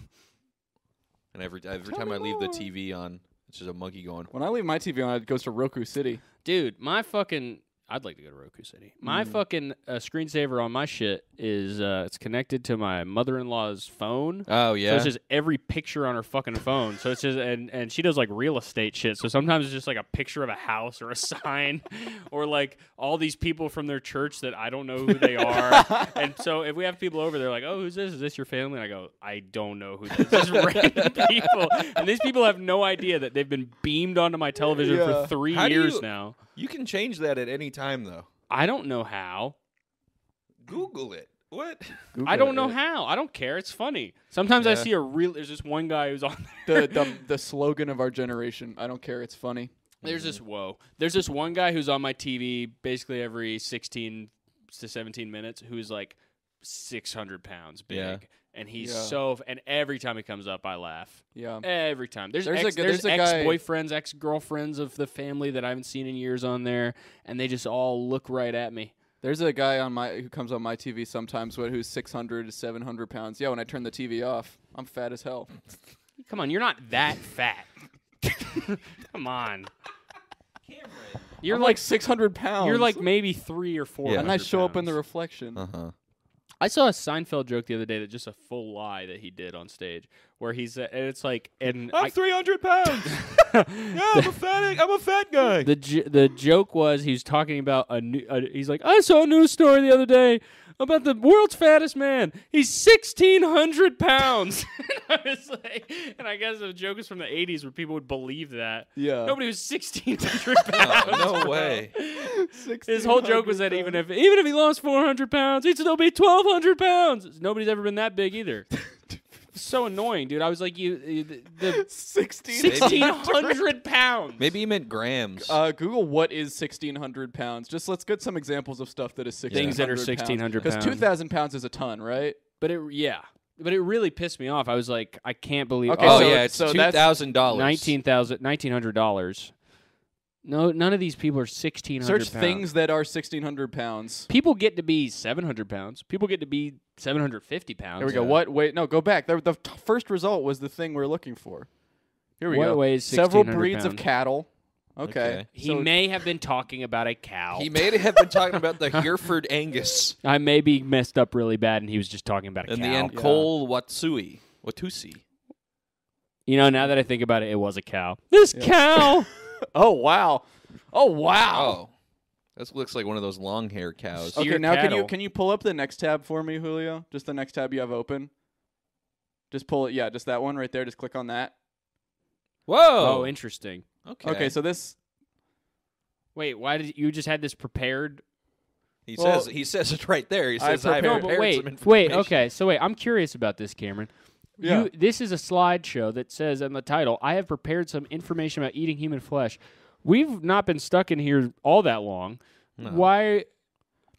and every every time I leave the TV on, it's just a monkey going.
When I leave my TV on, it goes to Roku City.
Dude, my fucking. I'd like to go to Roku City. My fucking uh, screensaver on my shit is uh, it's connected to my mother-in-law's phone.
Oh
So
yeah,
it's just every picture on her fucking phone. So it's just and and she does like real estate shit. So sometimes it's just like a picture of a house or a sign, or like all these people from their church that I don't know who they are. and so if we have people over, they're like, "Oh, who's this? Is this your family?" And I go, "I don't know who this is." Just random people, and these people have no idea that they've been beamed onto my television
Yeah.
for three
How do
years
you-
now.
you can change that at any time though.
I don't know how.
Google it. What?
I don't know how. I don't care. It's funny. Sometimes I
Yeah.
see a real. There's this one guy who's on there.
The, the the slogan of our generation. I don't care. It's funny.
There's this
Mm-hmm.
whoa. There's this one guy who's on my TV basically every 16 to 17 minutes who's like 600 pounds big,
Yeah.
and he's
Yeah.
so. And every time he comes up, I laugh.
Yeah.
Every time there's
Um, There's a
ex,
gu-
there's,
there's a guy-
ex-boyfriends, ex-girlfriends of the family that I haven't seen in years on there, and they just all look right at me.
There's a guy on my who comes on my TV sometimes wh- who's 600 to 700 pounds. Yeah, when I turn the TV off, I'm fat as hell.
Come on, you're not that fat. Come on. You're
I'm
like,
600 pounds.
you're like maybe three or four.
Yeah.
and I show up in the
pounds.
reflection.
Uh huh.
I saw a Seinfeld joke the other day that just a full lie that he did on stage, where he's uh, and it's like and I,
three hundred pounds. I'm a fat. I'm a fat guy.
The j- the joke was he was talking about a new. A, he's like, I saw a news story the other day about the world's fattest man. He's sixteen hundred pounds. and I was like, and I guess the joke is from the eighties where people would believe that.
Yeah.
Nobody was sixteen hundred pounds.
Oh, no way.
His whole joke was that even if even if he lost four hundred pounds, he'd still be twelve hundred pounds. Nobody's ever been that big either. so annoying, dude. I was like, you, you the, the
16.
sixteen hundred pounds.
Maybe he meant grams.
Uh, Google what is 1600 pounds. Just let's get some examples of stuff that is 1600
Things that are 1600
Because
pounds.
2,000 pounds is a ton, right?
But it, yeah. But it really pissed me off. I was like, I can't believe.
Okay,
oh
so-
yeah, it's
so
two
that's
thousand dollars.
nineteen thousand, nineteen hundred dollars. No, none of these people are sixteen hundred.
Search things that are 1600 pounds.
People get to be seven hundred pounds. People get to be seven hundred fifty pounds.
There we go. What? Wait, no, go back. The, the t- first result was the thing we are looking for. Here we
What
go.
weighs
Several
1600
breeds of
pounds?
cattle. Okay.
Okay.
He may have been talking about a cow.
He may have been talking about the Hereford Angus
I may be messed up really bad, and he was just talking about a
and
cow.
the end Cole Watsui. Watusi.
You know, now that I think about it, it was a cow. This cow.
Oh, wow. Oh, wow.
Oh, that looks like one of those long hair cows.
Okay,
Deer
now can you
cattle.
can you pull up the next tab for me, Julio? Just the next tab you have open. Just pull it. Yeah, just that one right there. Just click on that.
Whoa.
Oh, interesting.
okay.
Okay, so this
Wait, why did you just had this prepared
he
well-
says he says it right there. He
I
says I
prepared-
prepared,
No, but
some
wait, wait,
information.
okay. So wait, I'm curious about this, Cameron.
Yeah.
You, this is a slideshow that says in the title, "I have prepared some information about eating human flesh." We've not been stuck in here all that long.
Uh-huh.
Why?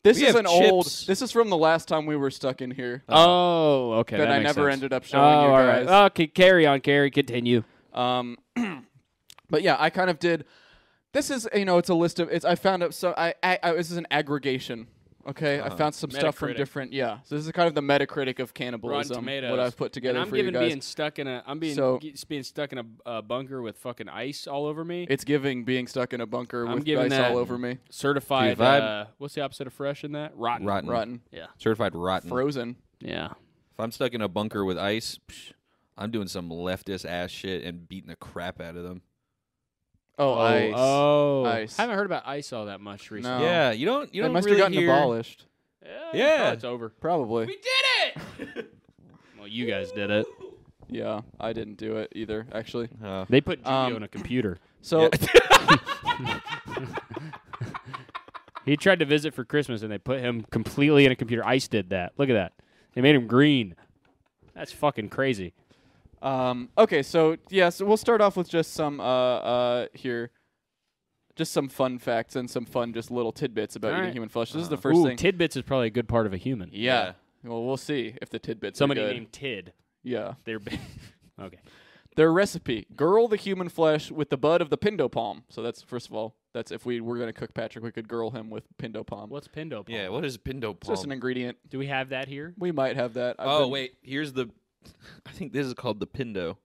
This
We
is
have
an old.
chips.
This is from the last time we were stuck in here
Oh, okay.
that, I
makes
never
sense.
ended up
Oh,
showing you
all
guys.
right. Okay, carry on, Carrie. Continue.
Um, but yeah, I kind of did. This is you know it's a list of it's I found out so I, I, I this is an aggregation. Okay, I found some stuff from
Uh-huh. Metacritic.
differtten. Yeah, so this is kind of the Metacritic of cannibalism. What I've put together
And I'm
for
giving
you guys.
being stuck in a. I'm being
So-
g- being stuck in a uh, bunker with fucking ice all over me.
it's giving being stuck in a bunker
I'm
with
giving
ice
that-
all over me,
Certified.
Dude, if I'm-
uh, what's the opposite of fresh in that? Rotten.
Rotten.
rotten,
Yeah.
Certified rotten.
frozen.
Yeah.
if I'm stuck in a bunker with ice, psh, I'm doing some leftist ass shit and beating the crap out of them.
Oh,
uh,
ice.
Oh,
Ice.
I haven't heard about ice all that much recently.
No.
Yeah, you don't. You
Oh. They
don't
must
really
have gotten
hear-
abolished.
Yeah,
Yeah.
oh, it's over.
Probably.
did it. well, you guys did it.
yeah, I didn't do it either, actually.
Uh,
They put Julio
Um,
on a computer.
So
He tried to visit for Christmas, and they put him completely in a computer. Ice did that. Look at that. They made him green. That's fucking crazy.
Um, okay, so yeah, so we'll start off with just some uh, uh, here, just some fun facts and some fun just little tidbits about eating
Alright.
human flesh. This is
Uh-huh.
the first
Ooh,
thing.
tidbits is probably a good part of a human.
yeah. Well, we'll see if the tidbits.
Somebody
are good.
named Tid.
Yeah.
They're b- okay.
Their recipe: girl the human flesh with the bud of the pindo palm. So that's first of all, that's if we were gonna cook Patrick, we could girl him with pindo palm.
What's Pindo? Palm?
yeah. What is pindo
It's just an
palm?
ingredient.
Do we have that here
We might have that. I've
Oh
been-
wait, here's the. I think this is called the pindo.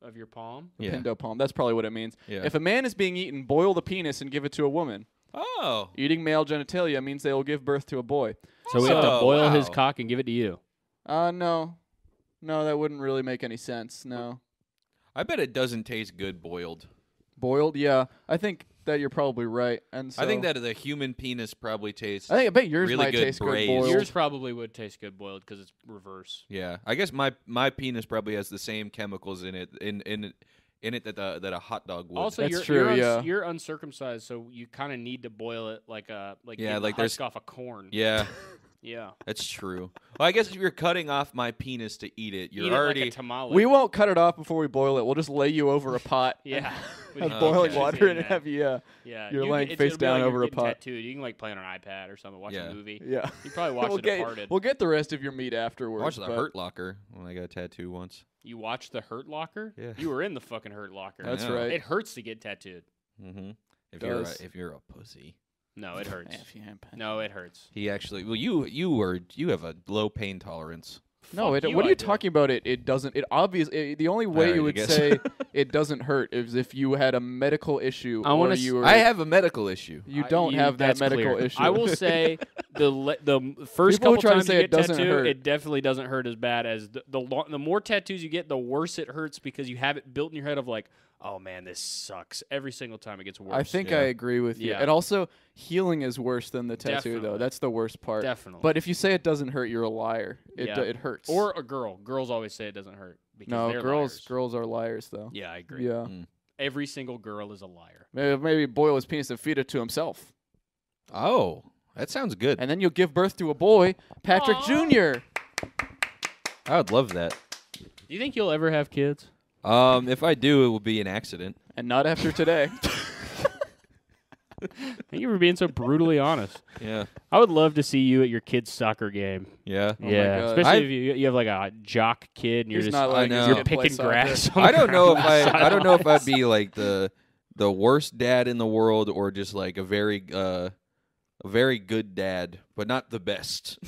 of your palm?
Yeah.
Pindo palm. That's probably what it means.
Yeah.
If a man is being eaten, boil the penis and give it to a woman.
Oh.
Eating male genitalia means they will give birth to a boy.
So we have to
Oh,
boil his
wow.
cock and give it to you.
Uh, no, no, that wouldn't really make any sense. No,
I bet it doesn't taste good boiled.
boiled. Yeah, I think that you're probably right. And so
I think that the human penis probably tastes.
I think I bet yours
really
might
good
taste
braised.
good boiled.
Yours probably would taste good boiled because it's reverse.
yeah, I guess my my penis probably has the same chemicals in it in in in it that the, that a hot dog would.
Also,
That's
you're,
true,
You're, uns-
yeah.
you're uncircumcised, so you kind of need to boil it like a like
Yeah,
getting
like
the
there's-
husk off a corn.
yeah,
yeah.
that's true. Well, I guess if you're cutting off my penis to eat it, you're
Eat
already
it like a tamale.
we won't cut it off before we boil it. We'll just lay you over a pot.
yeah.
and
With
Have
your
boiling
fingers
water
in
and
that.
have yeah,
yeah.
you're
you,
laying
it's
face
gonna be
down
like
over
you're
a
getting
pot.
Tattooed. You can like play on an iPad or something, watch
Yeah.
a movie.
yeah.
You probably watch
we'll
The
get
Departed.
we'll get the rest of your meat afterwards.
watch the
but-
Hurt Locker when I got a tattoo once.
You watch the Hurt Locker.
Yeah.
You were in the fucking Hurt Locker.
That's
Yeah.
right.
It hurts to get tattooed.
Mm-hmm. If you're a,
Does.
if you're a pussy,
No, it hurts.
If you ain't paying-
no, it hurts.
he actually. Well, you you were you have a low pain tolerance.
No,
Fuck
it,
you,
what are you
I do.
talking about? It it doesn't. It obvious. It, the only way
already
you would
guessed.
say it doesn't hurt is if you had a medical issue.
I
want
wanna
to.
s-
You were,
I have a medical issue.
You
I-
don't have that
that's
medical
clear.
issue.
I will say the le- the m- first
People who try
couple
to
times
say
you
it
get
doesn't
tattooed,
hurt.
it definitely doesn't hurt as bad as the the, lo- the more tattoos you get, the worse it hurts because you have it built in your head of like, oh man, this sucks. Every single time it gets worse.
I think
yeah.
I agree with you.
Yeah.
And also, healing is worse than the tattoo, though.
Definitely.
That's the worst part.
Definitely.
But if you say it doesn't hurt, you're a liar. It
Yeah.
do- it hurts.
or a girl. Girls always say it doesn't hurt because
no,
they're
girls
liars.
girls are liars though.
Yeah, I agree.
Yeah.
Every single girl is a liar.
Maybe, maybe boil his penis and feed it to himself,
Oh, that sounds good.
and then you'll give birth to a boy, Patrick Jr.
I would love that.
Do you think you'll ever have kids?
Um, if I do, it will be an accident.
And not after today.
Thank you for being so brutally honest.
Yeah,
I would love to see you at your kid's soccer game.
yeah.
Oh my
yeah,
God.
especially
I-
if you you have like a jock kid and you're
He's
just
not
I
like
know.
he's
You're
gonna
you're
play
picking
soccer.
grass. on
I
the
don't know if
ground
I. I don't know if I'd
sidelines.
be like the the worst dad in the world, or just like a very uh, a very good dad, but not the best.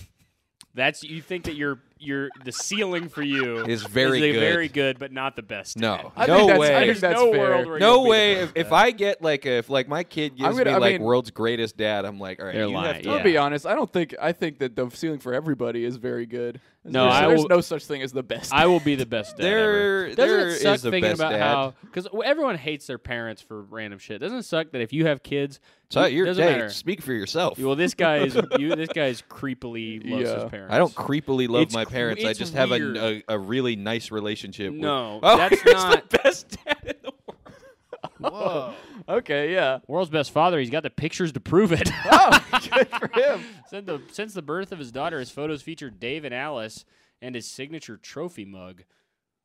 That's you think that you're you're the ceiling for you
Is very
a
good.
very good, but not the best. at
No,
it.
I
no
think that's,
way.
I think
There's
that's
no
fair.
world where
no
you'll be
way.
the
If,
best
if
at it.
I get like a, if like my kid gives
gonna-
me
I
like
mean-
world's greatest dad, I'm like, all right,
They're
you
lying,
have to
I'll
yeah.
be honest. I don't think I think that the ceiling for everybody is very good.
No,
there's,
I
there's
will-
no such thing as the best.
I will be the best dad.
There-
ever. Doesn't
there
it suck
is a
thinking
best
about
dad.
how because everyone hates their parents for random shit. Doesn't it suck that if you have kids,
So
you-
you're
doesn't
hey,
matter.
Speak for yourself.
Well, this guy is you, this guy is creepily loves
Yeah.
his parents.
I don't creepily love
It's
my
cr-
parents. I
it's
just have
weird.
a, a a really nice relationship. with-
No,
oh,
that's
here's
not-
the best dad in the world.
Whoa.
okay, yeah.
World's best father. He's got the pictures to prove it.
Oh, good for him.
since, the, since the birth of his daughter, his photos feature Dave and Alice and his signature trophy mug.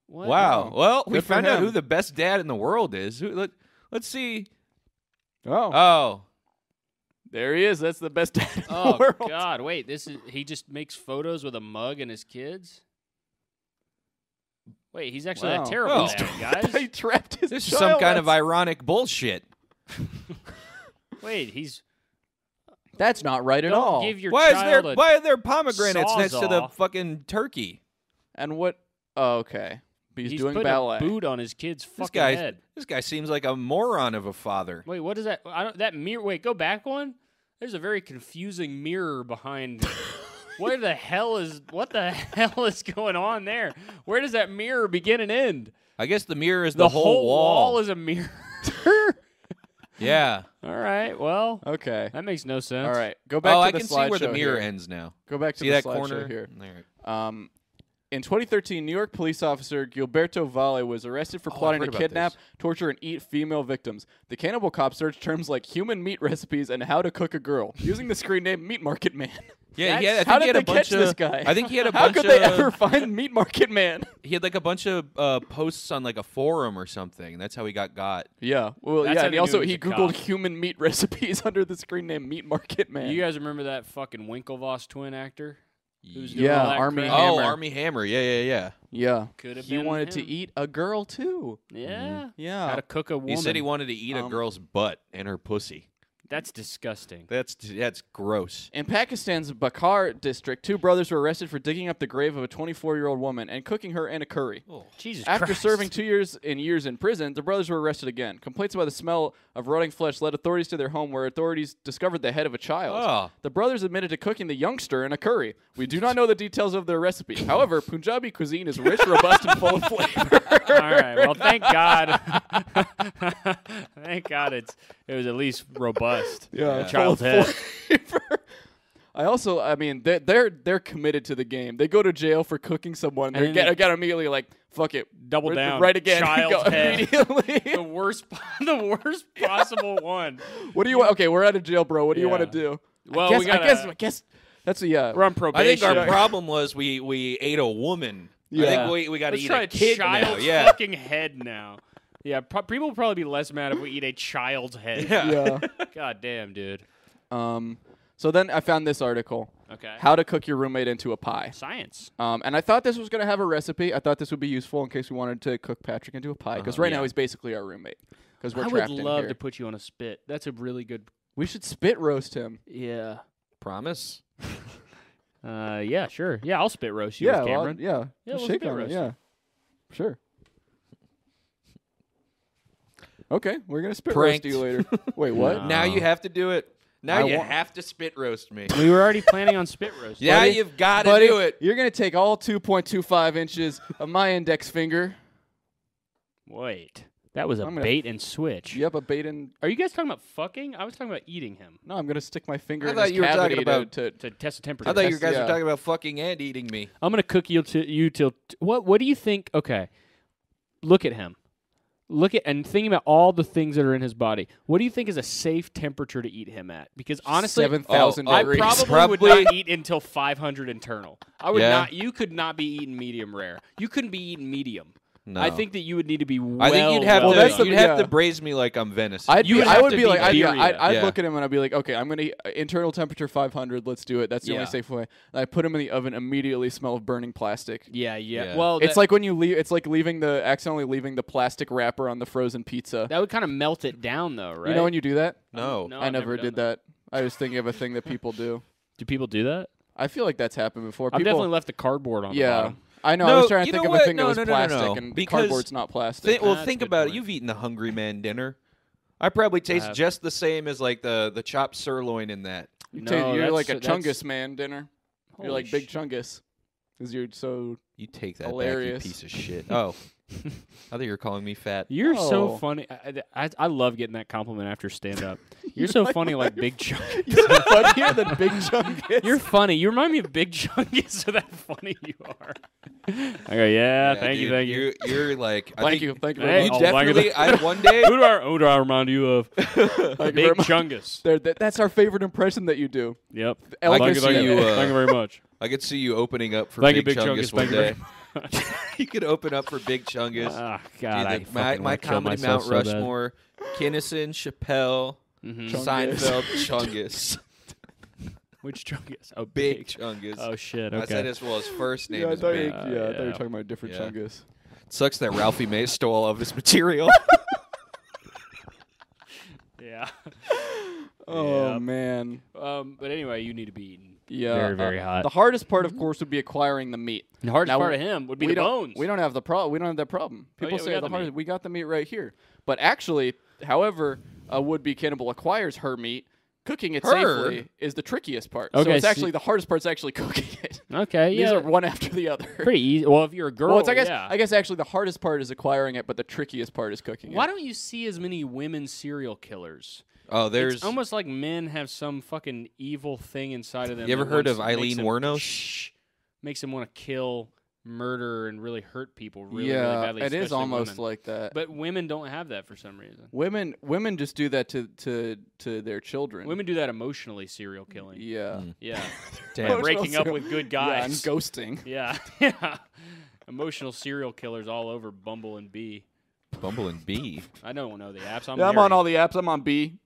What?
Wow. Well, we
Good for
found out
him.
who the best dad in the world is. Who- Let, let's see.
Oh,
Oh,
there he is. That's the best dad in the
Oh
world.
God! Wait, this is he just makes photos with a mug and his kids. Wait, he's actually
Wow.
a
Oh.
terrible dad,
he
guys.
trapped his
this is
child.
some kind of
That's-
ironic bullshit.
Wait, he's
That's not right at
don't
all.
give your
Why is
child
there
a-
why are there pomegranates next to the
sawzall.
fucking turkey?
and what? Oh, okay. He's,
he's,
doing
putting
ballet.
a boot on his kid's
This
fucking
guy
head.
this guy seems like a moron of a father.
Wait, what is that? I don't, that mirror. Wait, go back one. There's a very confusing mirror behind. what the hell is what the hell is going on there? Where does that mirror begin and end?
I guess the mirror is
The,
the, whole,
wall. is a mirror.
yeah.
All right. Well,
Okay.
that makes no sense.
All right. Go back
Oh,
to
I
the
can see where the
slideshow
mirror
here.
ends now.
Go back to
See
the
that
slideshow
corner
here.
There.
Um, in 2013, New York police officer Gilberto Valle was arrested for
Oh, I've
plotting
heard
to
about
kidnap,
this.
torture, and eat female victims. The cannibal cop searched terms like human meat recipes and how to cook a girl, using the screen name Meat Market Man.
Yeah,
That's-
yeah. I think
how
he had
did they
a bunch
catch
of,
this guy?
I think he had a
How
bunch
could
of.
they ever find Meat Market Man?
He had like a bunch of uh, posts on like a forum or something. and That's how he got got.
Yeah, well,
That's
yeah,
how
and
they
he
knew
also
it was
he
a
googled
cop.
human meat recipes under the screen name Meat Market Man.
You guys remember that fucking Winklevoss twin actor? Who's doing
Yeah,
all that
Army
crap?
Hammer.
Oh, Army Hammer. Yeah, yeah, yeah.
yeah,
Could have
he
been
wanted
him.
to eat a girl too.
Yeah.
Yeah,
How to cook a woman.
He said he wanted to eat a
Um,
girl's butt and her pussy.
That's disgusting.
That's that's gross.
In Pakistan's Bakar district, two brothers were arrested for digging up the grave of a 24 year old woman and cooking her in a curry.
Jesus
After
Christ.
serving two years in years in prison, the brothers were arrested again. Complaints about the smell of rotting flesh led authorities to their home, where authorities discovered the head of a child.
Oh.
The brothers admitted to cooking the youngster in a curry. We do not know the details of their recipe. However, Punjabi cuisine is rich, robust, and full of flavor.
All right. Well, thank God. thank God it's it was at least robust.
Yeah,
The child's head.
I also, I mean, they're, they're they're committed to the game. They go to jail for cooking someone. They
then
get,
they-
get immediately like, fuck it,
Double
We're-
down.
right again,
Child's
Go
head.
immediately.
The worst, po- the worst possible one.
what do you want? Okay, we're out of jail, bro. What do you want
Yeah.
to do?
Well,
I guess,
we
I guess,
gotta-
I guess that's a yeah.
We're on
I
probation.
think our problem was we we ate a woman. I
Yeah.
think we we got to
Let's
eat
try
a kid now.
child's
Yeah.
fucking head now. Yeah, pro- people will probably be less mad if we eat a child's head.
yeah.
God damn, dude.
um. So then I found this article.
Okay.
How to cook your roommate into a pie.
Science.
Um, and I thought this was going to have a recipe. I thought this would be useful in case we wanted to cook Patrick into a pie. Because right now he's basically our roommate. Because we're
Uh-huh, I would
trapped in
love
here.
to put you on a spit. That's a really good.
we should spit roast him.
Yeah.
Promise.
Uh, yeah, sure. Yeah, I'll spit roast you,
yeah,
with
well,
Cameron.
yeah,
Yeah,
Just
we'll
shake
spit
on it,
roast
Yeah, sure. Okay, we're gonna spit
Pranked.
roast you later. Wait, what?
No.
Now you have to do it. Now
I
you
want-
have to spit roast me.
We were already planning on spit roast.
Now
Buddy-
you've got to
Buddy,
do it.
You're gonna take all 2.25 inches of my index finger.
Wait. That was a
I'm gonna-
bait and switch.
Yep, a bait and
Are you guys talking about fucking? I was talking about eating him
no. I'm gonna stick my finger.
I
in
thought
his
you were talking
cavity to-
about-
to,
to test the temperature.
I thought you
That's-
guys
yeah.
were talking about fucking and eating me.
I'm gonna cook you to you till what? What do you think? Okay, look at him. Look at and thinking about all the things that are in his body. What do you think is a safe temperature to eat him at? Because honestly,
seven thousand
oh, I
I
degrees.
probably,
Probably-
would not eat until 500 internal. I would
Yeah.
not. You could not be eating medium rare. You couldn't be eating medium.
No.
I think that you would need to be. Well,
I think you'd have
well
to
that's the-
you'd have
yeah.
to braise me like I'm venison.
I'd
You
be,
would
I
have
would
to
be
be
like, I'd, be-
diarrhea.
I'd, I'd
Yeah.
look at him and I'd be like, okay, I'm gonna eat- uh, internal temperature 500. Let's do it. That's the
Yeah.
only safe way. And I put him in the oven. Immediately smell of burning plastic.
yeah, yeah,
Yeah.
Well,
It's
that,
like when you leave. It's like leaving the accidentally leaving the plastic wrapper on the frozen pizza.
that would kind of melt it down, though, right?
You know when you do that?
no.
No.
I
I've never
never,
done
did that. I was thinking of a thing that people do.
do people do that?
I feel like that's happened before.
I've
People,
definitely left the cardboard on. the
yeah.
bottom.
I know. I
No,
was trying to
you
think
know
of a
what?
thing
No,
that was
no, no, no,
plastic,
no.
and
Because-
cardboard's not
Thi-
plastic.
well,
That's
think
a good
about
point.
it. You've eaten a Hungry Man dinner. I probably taste
have.
just the same as like the the chopped sirloin in that.
You
No,
take- you're
that's-
like a
that's-
chungus man dinner.
Holy
you're like big
sh-
chungus, because you're so.
You take that
Hilarious.
back, you piece of shit. Oh, I thought you were calling me fat.
You're so
Oh.
funny. I, I, I love getting that compliment after stand up. You're so funny, like Big Chungus.
You're funnier than big chungus.
You're funny. You remind me of Big Chungus. So that funny you are. I go, yeah.
Yeah,
thank you,
dude,
thank you.
You're, you're like, I
Thank
think-
you, thank you
Hey,
very
You
oh,
much.
like it.
definitely. I one day.
who, do I, who do I remind you of?
Thank you
Big
very much.
Chungus.
There- that- that's our favorite impression that you do.
Yep.
Like
thank
to
you, thank
see
you.
you, uh,
thank you very much.
I could see you opening up for
Thank you,
Big,
Big Chungus.
Chungus, one
Thank you
day.
very
you could open up for Big Chungus.
Ah,
Dude,
God, I
the- my
fucking
my
wanna kill
comedy Mount
myself so bad. Mm-hmm.
Rushmore: Kinnison, Chappelle,
Chungus.
Seinfeld, Chungus,
Which Chungus? Oh,
Big Chungus.
Oh shit.
I said
Okay.
as well as first name.
Yeah, I
is
thought you,
Big.
yeah, I thought you
yeah.
were talking about a different
Yeah.
chungus.
Sucks that Ralphie May stole all of his material.
Yeah.
Oh
Yeah.
man,
Um, but anyway, you need to be eaten.
yeah, Uh,
Very, very hot.
The hardest part, of course, would be acquiring the meat.
The hardest
Now,
part of him would be
we
the
don't,
bones. Oh,
We don't have the problem. We don't have that problem.
yeah,
People
we
say
got
the
the
hardest.
meat.
We got the meat right here. But actually, however, a would-be cannibal acquires her meat. Cooking it
Her?
safely is the trickiest part. so
Okay,
it's
see-
actually the hardest part's actually cooking it.
Okay. Yeah.
These are one after the other.
pretty easy. Well, if you're a girl,
well, it's, I guess
yeah.
I guess actually the hardest part is acquiring it, but the trickiest part is cooking
Why
it.
don't you see as many women serial killers?
oh, there's.
It's almost like men have some fucking evil thing inside of them.
you ever
that
heard
wants-
of Eileen
makes them-
Wernos?
Makes them want to kill, murder, and really hurt people really,
yeah,
really badly.
it is
especially
almost
women.
like that.
But women don't have that for some reason.
Women women just do that to to to their children.
Women do that emotionally, serial killing. Yeah.
yeah.
Damn.
By
Emotional
breaking up
serial-
with good
Yeah, and
guys.
ghosting.
Yeah. yeah. Emotional serial killers all over Bumble and Bee.
Bumble and Bee.
I don't know the apps. I'm,
Yeah, I'm on
married.
all the apps. I'm on B.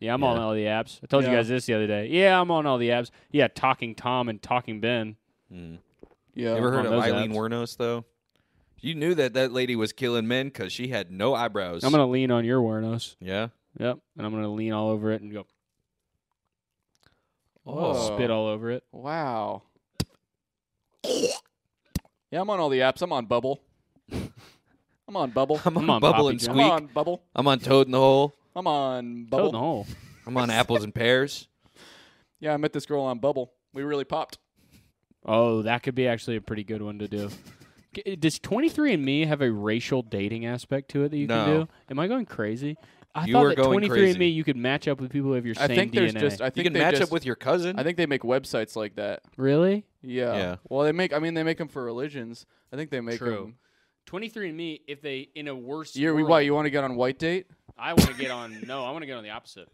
Yeah, I'm on
Yeah.
all the apps. I told you
Yeah.
guys this the other day. Yeah, I'm on all the apps. Yeah, Talking Tom and Talking Ben.
Yeah.
ever heard
on
of
those
Eileen
apps.
Wernos though? You knew that that lady was killing men because she had no eyebrows.
I'm gonna lean on your Wernos.
yeah.
Yep, and I'm gonna lean all over it and go
Oh.
spit all over it.
Wow. Yeah, I'm on all the apps. I'm on Bubble. I'm on Bubble.
I'm on,
Come on,
Bubble
Poppy
and
John.
I'm
Squeak.
on Bubble.
I'm on Toad in the Hole.
I'm on
Toad in the
Bubble.
hole.
I'm on Apples and Pears.
Yeah, I met this girl on Bubble. We really popped.
Oh, that could be actually a pretty good one to do. G- Does 23andMe have a racial dating aspect to it that you can
No.
do? Am I going crazy? I
You
thought
are
that
going
23andMe
crazy.
you could match up with people who have your
I
same
think
DNA.
there's just. I
You
think
can
they
match
just-
up with your cousin.
I think they make websites like that.
really?
Yeah.
Yeah.
Well, they make. I mean, they make them for religions. I think they make
True.
them.
23andMe, if they in a worse
You, we-
world,
why you want to get on White Date?
I want to get on. No, I want to get on the opposite.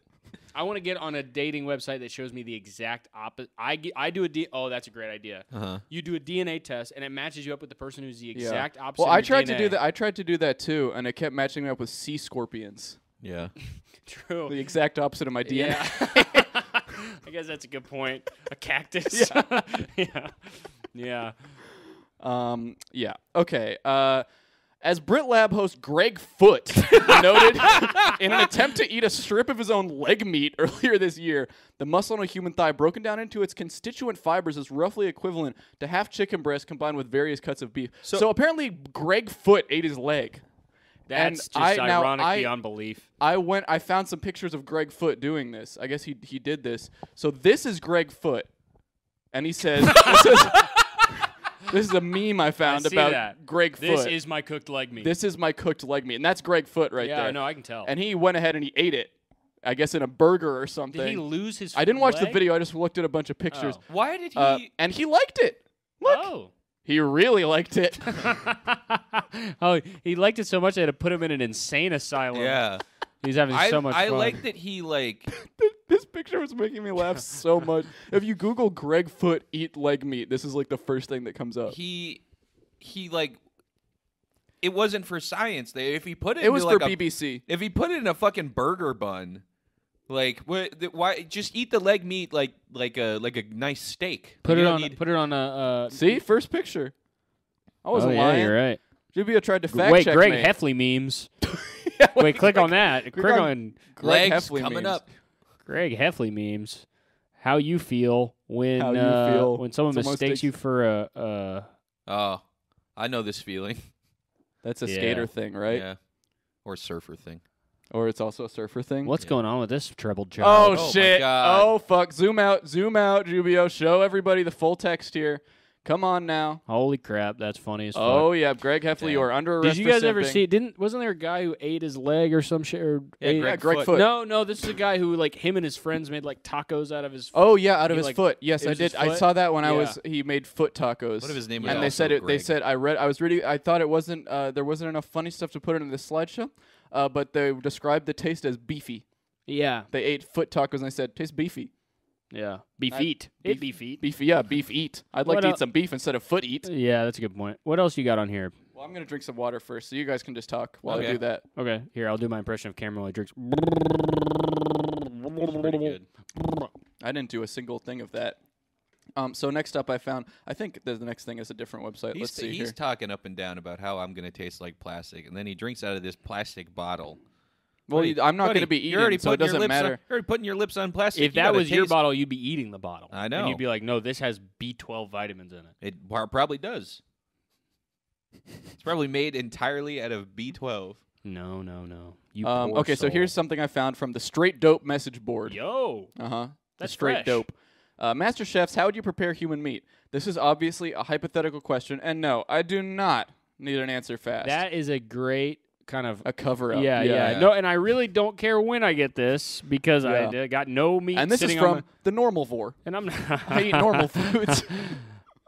I want to get on a dating website that shows me the exact opposite. I, ge- I do a D. Oh, that's a great idea.
Uh-huh.
You do a DNA test and it matches you up with the person who's the
Yeah.
exact opposite.
Well,
of
I
your
tried to do
DNA.
that. I tried to do that too, and it kept matching me up with sea scorpions,
Yeah.
True.
the exact opposite of my DNA.
yeah. I guess that's a good point. A cactus. Yeah. yeah.
Um, yeah. Okay. Uh, as BritLab host Greg Foot noted in an attempt to eat a strip of his own leg meat earlier this year, the muscle on a human thigh broken down into its constituent fibers is roughly equivalent to half chicken breast combined with various cuts of beef. So, apparently, Greg Foot ate his leg.
That's just
I- now
ironic
I-
beyond belief.
I went. I found some pictures of Greg Foot doing this. I guess he he did this. So this is Greg Foot, and he says, this is- This is a meme I found
see
about
that.
Greg
This
Foot.
is my cooked leg meat.
this is my cooked leg meat, and that's Greg Foot right
yeah,
there.
no, I can tell.
and he went ahead and he ate it. I guess in a burger or something.
Did he lose his?
I didn't watch the
leg?
video. I just looked at a bunch of pictures,
Oh.
Why did he?
uh, and he liked it. Look,
Oh.
he really liked it.
oh, he liked it so much they had to put him in an insane asylum.
yeah,
He's having
I,
so much
I
fun.
like that he like
this picture was making me laugh so much. If you Google Greg Foot eat leg meat, this is like the first thing that comes up.
he he like it wasn't for science. They if he put it,
it was
into,
for
like, a-
BBC.
If he put it in a fucking burger bun, like what? th- Why? Just eat the leg meat like like a like a nice steak.
put
You
it
don't
on
need-
put it on a uh,
See, first picture. I
Oh
wasn't
yeah,
lying.
you're right.
Jubia tried to fact
Wait,
check
Greg
me.
Heffley memes.
Yeah,
Wait, click on that. Click
on-
on
Greg
legs
Heffley
coming
memes.
up.
Greg Heffley memes. How you feel when
How you
uh,
feel
when someone
someone
mistakes,
stakes-
you for a, a
Oh, I know this feeling.
That's a
Yeah.
skater thing, right?
Yeah, or surfer thing.
Or it's also a surfer thing.
what's going on with this treble job?
Oh,
Oh my
shit!
God.
Oh fuck! Zoom out, zoom out, Jubio. Show everybody the full text here. Come on now.
holy crap, that's funny as fuck.
Oh yeah, Greg Heffley, you
Damn.
are under arrest.
Did you
for
guys ever
simping.
see? Didn't wasn't there a guy who ate his leg or some shit? Or
Yeah,
ate-
Yeah,
Greg
Greg
Foot.
Foot.
No, no, this is a guy who like him and his friends made like tacos out of his.
Oh yeah, out of
He,
his
like,
foot. Yes, I
it was his
did. I
foot?
saw that when I
Yeah.
was. He made foot tacos.
What if his name was
And they
also
said it. They
Greg?
said I read. I was reading. I thought it wasn't. Uh, there wasn't enough funny stuff to put in this slideshow. Uh, but they described the taste as beefy.
yeah,
They ate foot tacos and they said tastes beefy.
yeah, beef
I-
eat,
beef-
It beef eat.
Beefy, yeah, beef eat. I'd like
What
to
el-
eat some beef instead of foot eat.
Yeah, that's a good point. What else you got on here?
Well, I'm gonna drink some water first, so you guys can just talk while I
Okay.
do that.
Okay, here I'll do my impression of Cameron while he drinks.
Pretty good.
I didn't do a single thing of that. Um, so next up, I found. I think the, the next thing is a different website.
He's,
Let's see
he's
here.
talking up and down about how I'm gonna taste like plastic, and then he drinks out of this plastic bottle.
well,
Buddy-
I'm not
buddy,
going to be
you're
eating,
already
so it
putting your
doesn't
lips on-
matter.
you're already putting your lips on plastic.
If
You
that
gotta
was your
taste-
bottle, you'd be eating the bottle.
I
And
know.
you'd be like, no, this has B12 vitamins in it.
it par- probably does. It's probably made entirely out of B12.
No, no, no. You
Um,
poor
okay, so
soul.
here's something I found from the Straight Dope message board.
Yo,
Uh huh. The
That's
Straight
fresh.
Dope. Uh, Master chefs, how would you prepare human meat? This is obviously a hypothetical question, and no, I do not need an answer fast.
that is a great kind of.
a cover up.
yeah, yeah,
yeah.
No, and I really don't care when I get this because
Yeah.
I d- got no meat
And this is
sitting
from
on the-
the normal vor.
and I'm
I eat
not.
normal foods.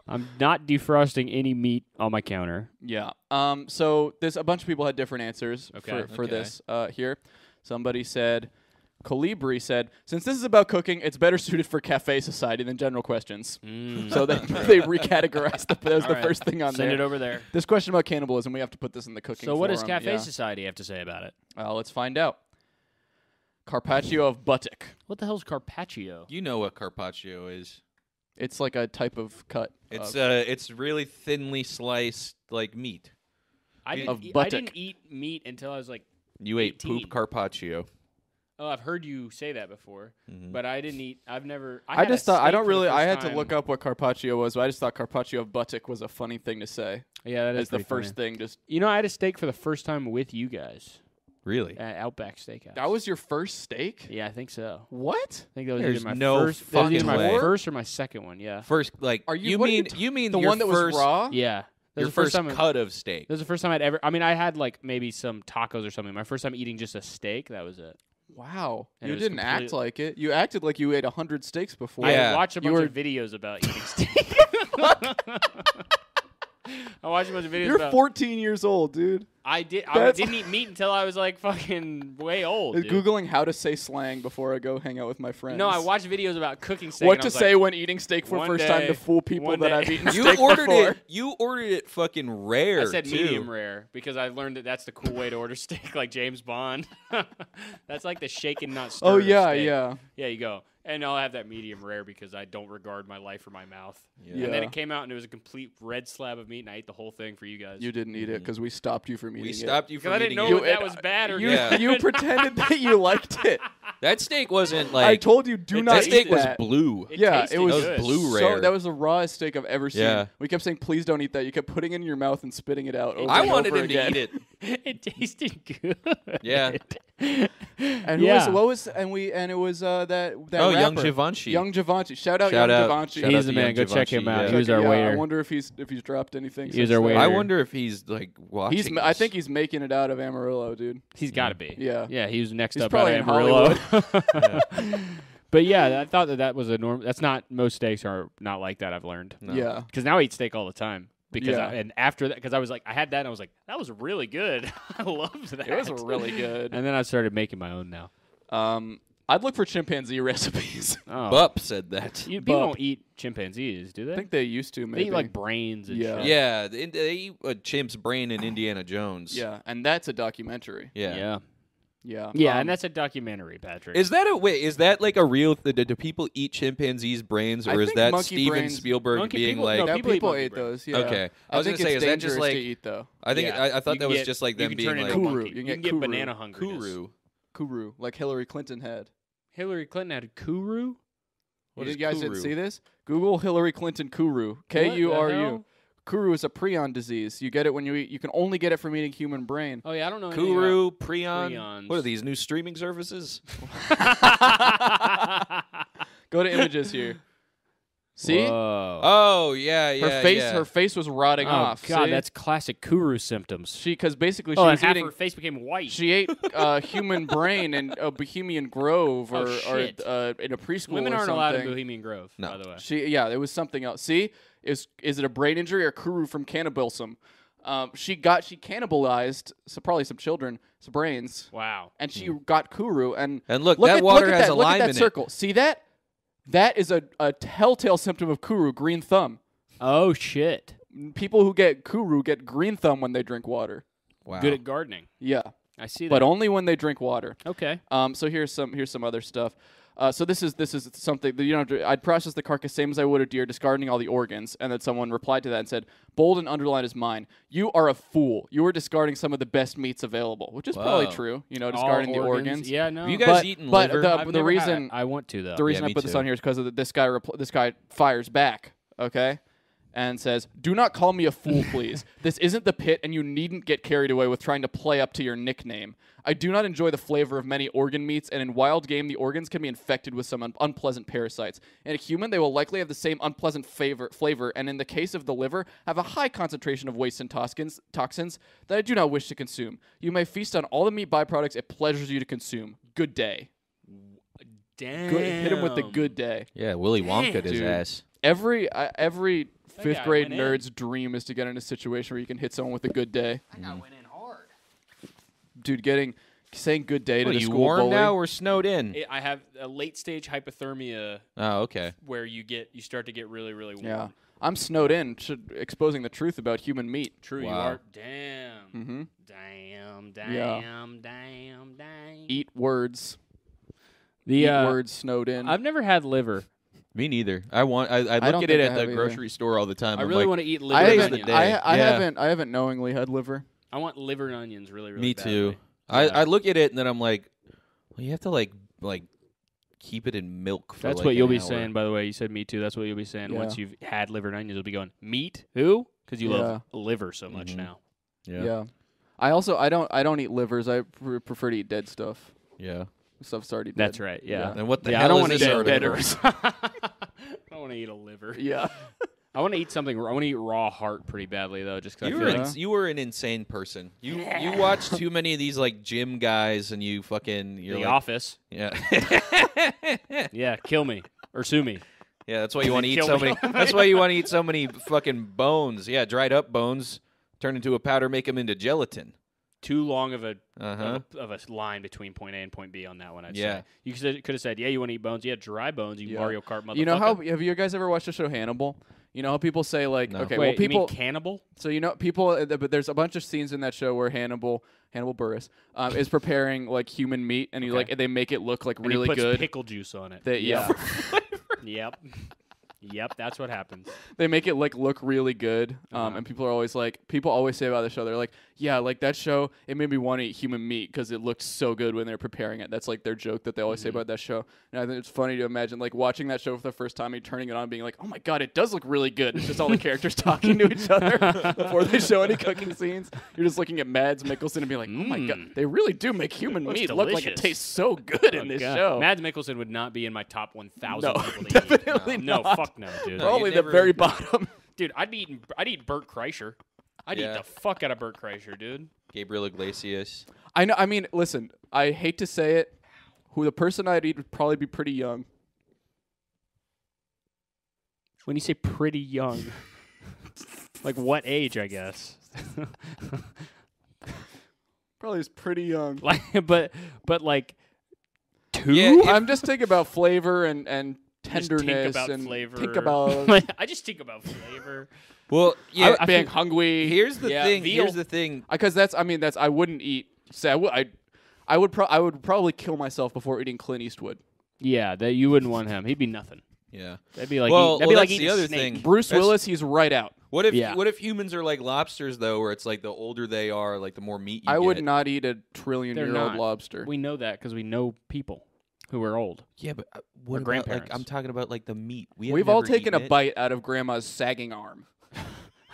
I'm not defrosting any meat on my counter.
Yeah. Um. So there's a bunch of people had different answers
Okay.
for, for
Okay.
this. Uh, here, somebody said, Colibri said, since this is about cooking, it's better suited for cafe society than general questions. So they they recategorized. The, that was the
Mm. right.
first thing on
Send
there.
it over there.
This question about cannibalism, we have to put this in the cooking.
So, what does
forum,
Cafe
yeah.
Society have to say about it?
Uh, let's find out. Carpaccio of buttock.
What the hell's carpaccio?
You know what carpaccio is.
It's like a type of cut.
It's
of-
uh, it's really thinly sliced like meat.
I didn't,
Of
eat, I
buttock.
didn't eat meat until I was like,
You ate poop
18.
carpaccio.
oh, I've heard you say that before, but I didn't eat. I've never. I,
Mm-hmm. I
had a
just thought I
steak
don't
for the
really. I
first
had to
time.
look up what carpaccio was, but I just thought carpaccio of buttock was a funny thing to say.
Yeah, that
As
is
the first thing, just
You know, I had a steak for the first time with you guys
Really?
at Outback Steakhouse.
That was your first steak?
yeah, I think so.
What?
I think that was
There's
either my
no
first, that was either
fucking
my
way.
first or my second one. Yeah,
First, like,
Are you,
you
what are you
mean
t-
you mean
the
your
one that
first,
was raw?
yeah. That
Your
was the first,
first,
time.
cut of steak.
That was the first time I'd ever. I mean, I had like maybe some tacos or something. My first time eating just a steak. That was it.
Wow.
And it
you
was
didn't act
complete-
like it. You acted like you ate a hundred steaks before.
I
Yeah.
watched a
You
bunch
were-
of videos about eating steak. I watched a bunch of videos
You're
about.
14 years old, dude.
I did. I
That's-
didn't eat meat until I was like fucking way old.
I'm
dude.
Uh, Googling how to say slang before I go hang out with my friends.
No, I watched videos about cooking steak.
What
and I
to
was like,
say when eating steak for
one
first time to
day-
fool people
one
that
day-
I've eaten
you
steak
ordered
before.
it. You ordered it fucking rare.
I said
too.
medium rare because I learned that that's the cool way to order steak, like James Bond. that's like the shake and not stir.
Oh yeah,
steak.
yeah.
Yeah, you go. And I'll have that medium rare because I don't regard my life or my mouth.
Yeah.
And then it came out and it was a complete red slab of meat, and I ate the whole thing for you guys.
You didn't eat it because we stopped you from eating
We
it.
stopped you
because
from
I
eating
didn't know
it.
You
if that
ate-
was bad or
You,
Yeah.
good.
you pretended that you liked it.
That steak wasn't
I
like
told you, do
It
not
that
eat
steak was
that.
blue.
It
yeah,
tasted
it was
good.
blue.
So,
rare.
that was the rawest steak I've ever seen.
Yeah.
We kept saying, please don't eat that. You kept putting it in your mouth and spitting it out. Over
I
and
wanted
over
him
again.
to eat it.
it tasted good.
Yeah.
And who was
Yeah.
what was and we and it was uh that that
Oh, Young
rapper.
Givenchy.
Young Givenchy. Shout out
Shout
Young
out-
Givenchy.
shout
He's
out
the
to
man.
Young
Go check
Givenchy,
him out.
yeah.
He was our
yeah, I
waiter.
wonder if he's if he's dropped anything.
He's
since
our
then.
waiter.
I wonder if he's like watching.
He's ma- I
this.
think he's making it out of Amarillo, dude.
He's got to be.
Yeah.
Yeah, he was next
He's
up
probably
out
in
of Amarillo. But yeah, I thought that that was a norm. That's not most steaks are not like that. I've learned
No.
Yeah.
because now I eat steak all the time. Because
Yeah.
I, and after that, because I was like, I had that, and I was like, that was really good. I loved that.
It was really good.
And then I started making my own now.
Um, I'd look for chimpanzee recipes.
Oh,
Bup said that.
you, people
Bup.
don't eat chimpanzees, do they?
I think they used to
they
maybe.
eat like brains and
Yeah.
shit.
Yeah, they, they eat a chimp's brain in Indiana Jones.
yeah, and that's a documentary.
Yeah.
yeah,
Yeah.
yeah.
Um,
and that's a documentary, Patrick.
Is that a wait? Is that like a real? Th- do, do people eat chimpanzees' brains,
I
or is
think
that
monkey
Steven
brains-
Spielberg
monkey
being
people-
like?
that
no,
people,
people eat monkey
ate
brain.
those. Yeah.
Okay. I was
think
gonna say,
it's
is that just
dangerous
like-
to eat though?
I think
Yeah.
I, I
You
thought that was
get-
just like
you
them
can
being
turn
like
into a
Kuru.
monkey.
You
You
get
can get
kuru.
banana hunger.
Kuru.
Kuru, like Hillary Clinton had.
Hillary Clinton had kuru.
What
you
is
guys didn't
kuru?
see this? Google Hillary Clinton Kuru.
the
K U R U.
hell?
Kuru is a prion disease. You get it when you eat. You can only get it from eating human brain.
Oh yeah, I don't know. anything about-
Kuru, Prion.
Prions.
What are these new streaming services?
Go to images here. See
Whoa.
Oh yeah, yeah.
her face.
yeah.
Her face was rotting
Oh,
off.
God,
see?
that's classic Kuru symptoms.
she because basically she
oh, and
was
half
eating.
her face became white.
She ate uh, human brain in a Bohemian Grove or,
Oh,
or
shit.
uh, in a preschool.
Women
or
aren't
something.
allowed in Bohemian Grove,
No.
by the way.
She yeah, it was something else. See, is is it a brain injury or Kuru from cannibalism? Um, she got she cannibalized so probably some children's brains,
Wow.
and she got Kuru and
And Hmm. look,
look
that
at,
water
look at
has
that,
a
look
lime
at that
in it.
circle. See that? That is a, a telltale symptom of Kuru, green thumb.
Oh shit.
People who get Kuru get green thumb when they drink water.
Wow.
Good at gardening.
Yeah,
I see that.
but only when they drink water.
okay.
Um, so here's some here's some other stuff. Uh, so this is this is something that you don't. Have to, I'd process the carcass same as I would a deer, discarding all the organs. And then someone replied to that and said, "Bold and underlined is mine. You are a fool. You are discarding some of the best meats available, which is probably
Wow.
true. You know, discarding the organs.
Yeah, no.
Have you guys
But,
eaten
but
liver?
the,
I've
the
never had
reason
it. I want to though.
the reason
Yeah,
I
me
put this
too.
on here is because this guy repl- this guy fires back, okay, and says, "Do not call me a fool, please. this isn't the pit, and you needn't get carried away with trying to play up to your nickname. I do not enjoy the flavor of many organ meats, and in wild game, the organs can be infected with some un- unpleasant parasites. In a human, they will likely have the same unpleasant favor- flavor, and in the case of the liver, have a high concentration of wastes and toxins toxins that I do not wish to consume. You may feast on all the meat byproducts it pleasures you to consume. Good day."
Damn.
Good, hit him with the good day.
Yeah, Willy Wonka his
Dude.
ass.
Every uh, every fifth
guy
grade
went in.
nerd's dream is to get in a situation where you can hit someone with a good day.
That guy went in hard.
Dude, getting saying good day
What,
to
are
the
you
school
warm
bully.
now or snowed in?
I have a late stage hypothermia
oh, okay.
where you get you start to get really really warm.
yeah, I'm snowed in. Should, exposing the truth about human meat.
True, you
Wow.
are. Damn.
Mm-hmm.
Damn. Damn.
Yeah.
Damn. Damn.
Eat words.
The
Eat
uh,
words snowed in.
I've never had liver.
Me neither. I want. I, I
don't
look at
think
it
I
at
have
the
either.
grocery store all the time.
I
I'm
really
like,
want to eat liver.
I
Today's
and
haven't,
the
onions.
day.
I, I
Yeah.
haven't. I haven't knowingly had liver.
I want liver and onions really, really
Me
badly.
too. I,
Yeah.
I look at it and then I'm like, well, you have to like like keep it in milk for.
That's
like,
what
an
you'll be
hour.
saying, by the way. You said me too. That's what you'll be saying
Yeah.
once you've had liver and onions. You'll be going meat who? Because you love liver so much
Mhm.
now.
Yeah. Yeah.
yeah. I also I don't I don't eat livers. I pr- prefer to eat dead stuff. Stuff's already dead.
That's right. Yeah.
And what the
Yeah, I
hell
don't
is
wanna
this
eat
article?
bitters. I want to eat a liver.
Yeah.
I want to eat something. raw- I want to eat raw heart pretty badly though, just because
You
I
were
feel
Yeah.
ins- you were an insane person. You you watched too many of these like gym guys and you fucking
the
you're like,
office.
yeah
Yeah, kill me or sue me.
yeah that's why you want to eat
Kill
so
me.
many that's why you want to eat so many fucking bones yeah dried up bones turn into a powder make them into gelatin
Too long of a,
Uh-huh.
of a of a line between point A and point B on that one. I'd
Yeah.
say you could have said, yeah, you want to eat bones? Yeah, dry bones. You
Yeah.
Mario Kart motherfucker.
You know how have you guys ever watched the show Hannibal? You know how people say like,
No.
okay,
Wait,
well people
you mean cannibal?
So you know, people, uh, th- but there's a bunch of scenes in that show where Hannibal, Hannibal Burris, um, is preparing like human meat, and he like they make it look like
And he
really
puts
good.
pickle juice on it.
They- yeah,
Yep. Yep, that's what happens.
they make it like look really good. Um,
Uh-huh.
and people are always like, people always say about the show, they're like, yeah, like that show, it made me want to eat human meat because it looked so good when they're preparing it. That's like their joke that they always
Mm-hmm.
say about that show. And I think it's funny to imagine like watching that show for the first time and turning it on, and being like, oh my god, it does look really good. It's just all the characters talking to each other before they show any cooking scenes. You're just looking at Mads Mikkelsen and being like, oh my god, they really do make human meat look like it
Mm. delicious.
tastes so good in this
Oh, God,
show.
Mads Mikkelsen would not be in my top 1,000
No,
people to
definitely
eat. No,
not.
fuck no, dude.
Probably the
never-
very bottom.
Dude, I'd be eating. I'd eat Burt Kreischer. I'd
Yeah.
eat the fuck out of Burt Kreischer, dude.
Gabriel Iglesias.
I know. I mean, listen. I hate to say it. Who the person I'd eat would probably be pretty young.
When you say pretty young, like what age? I guess.
Probably is pretty young.
like, but but like two.
Yeah, if-
I'm just thinking about flavor and and
Just think
tenderness
about
and
flavor.
think about
Like, I just think about flavor.
Well, yeah.
I- being hungry.
here's the
Yeah.
thing.
veal.
Here's the thing.
because that's. I mean, that's. I wouldn't eat. Say I would. I, I would. Pro- I would probably kill myself before eating Clint Eastwood.
Yeah, that you wouldn't want him. He'd be nothing.
Yeah.
That'd be like
Well,
eat- that'd
well,
be like
that's
eating
the other
a snake.
thing.
Bruce
That's-
Willis, he's right out.
What if
Yeah.
what if humans are like lobsters though, where it's like the older they are, like the more meat you
I would
get?
not eat a trillion
They're
year old
not.
lobster.
We know that because we know people who are old.
Yeah, but uh, what about,
grandparents.
like I'm talking about like the meat. We have
We've all
never
taken a
eaten it.
bite out of Grandma's sagging arm.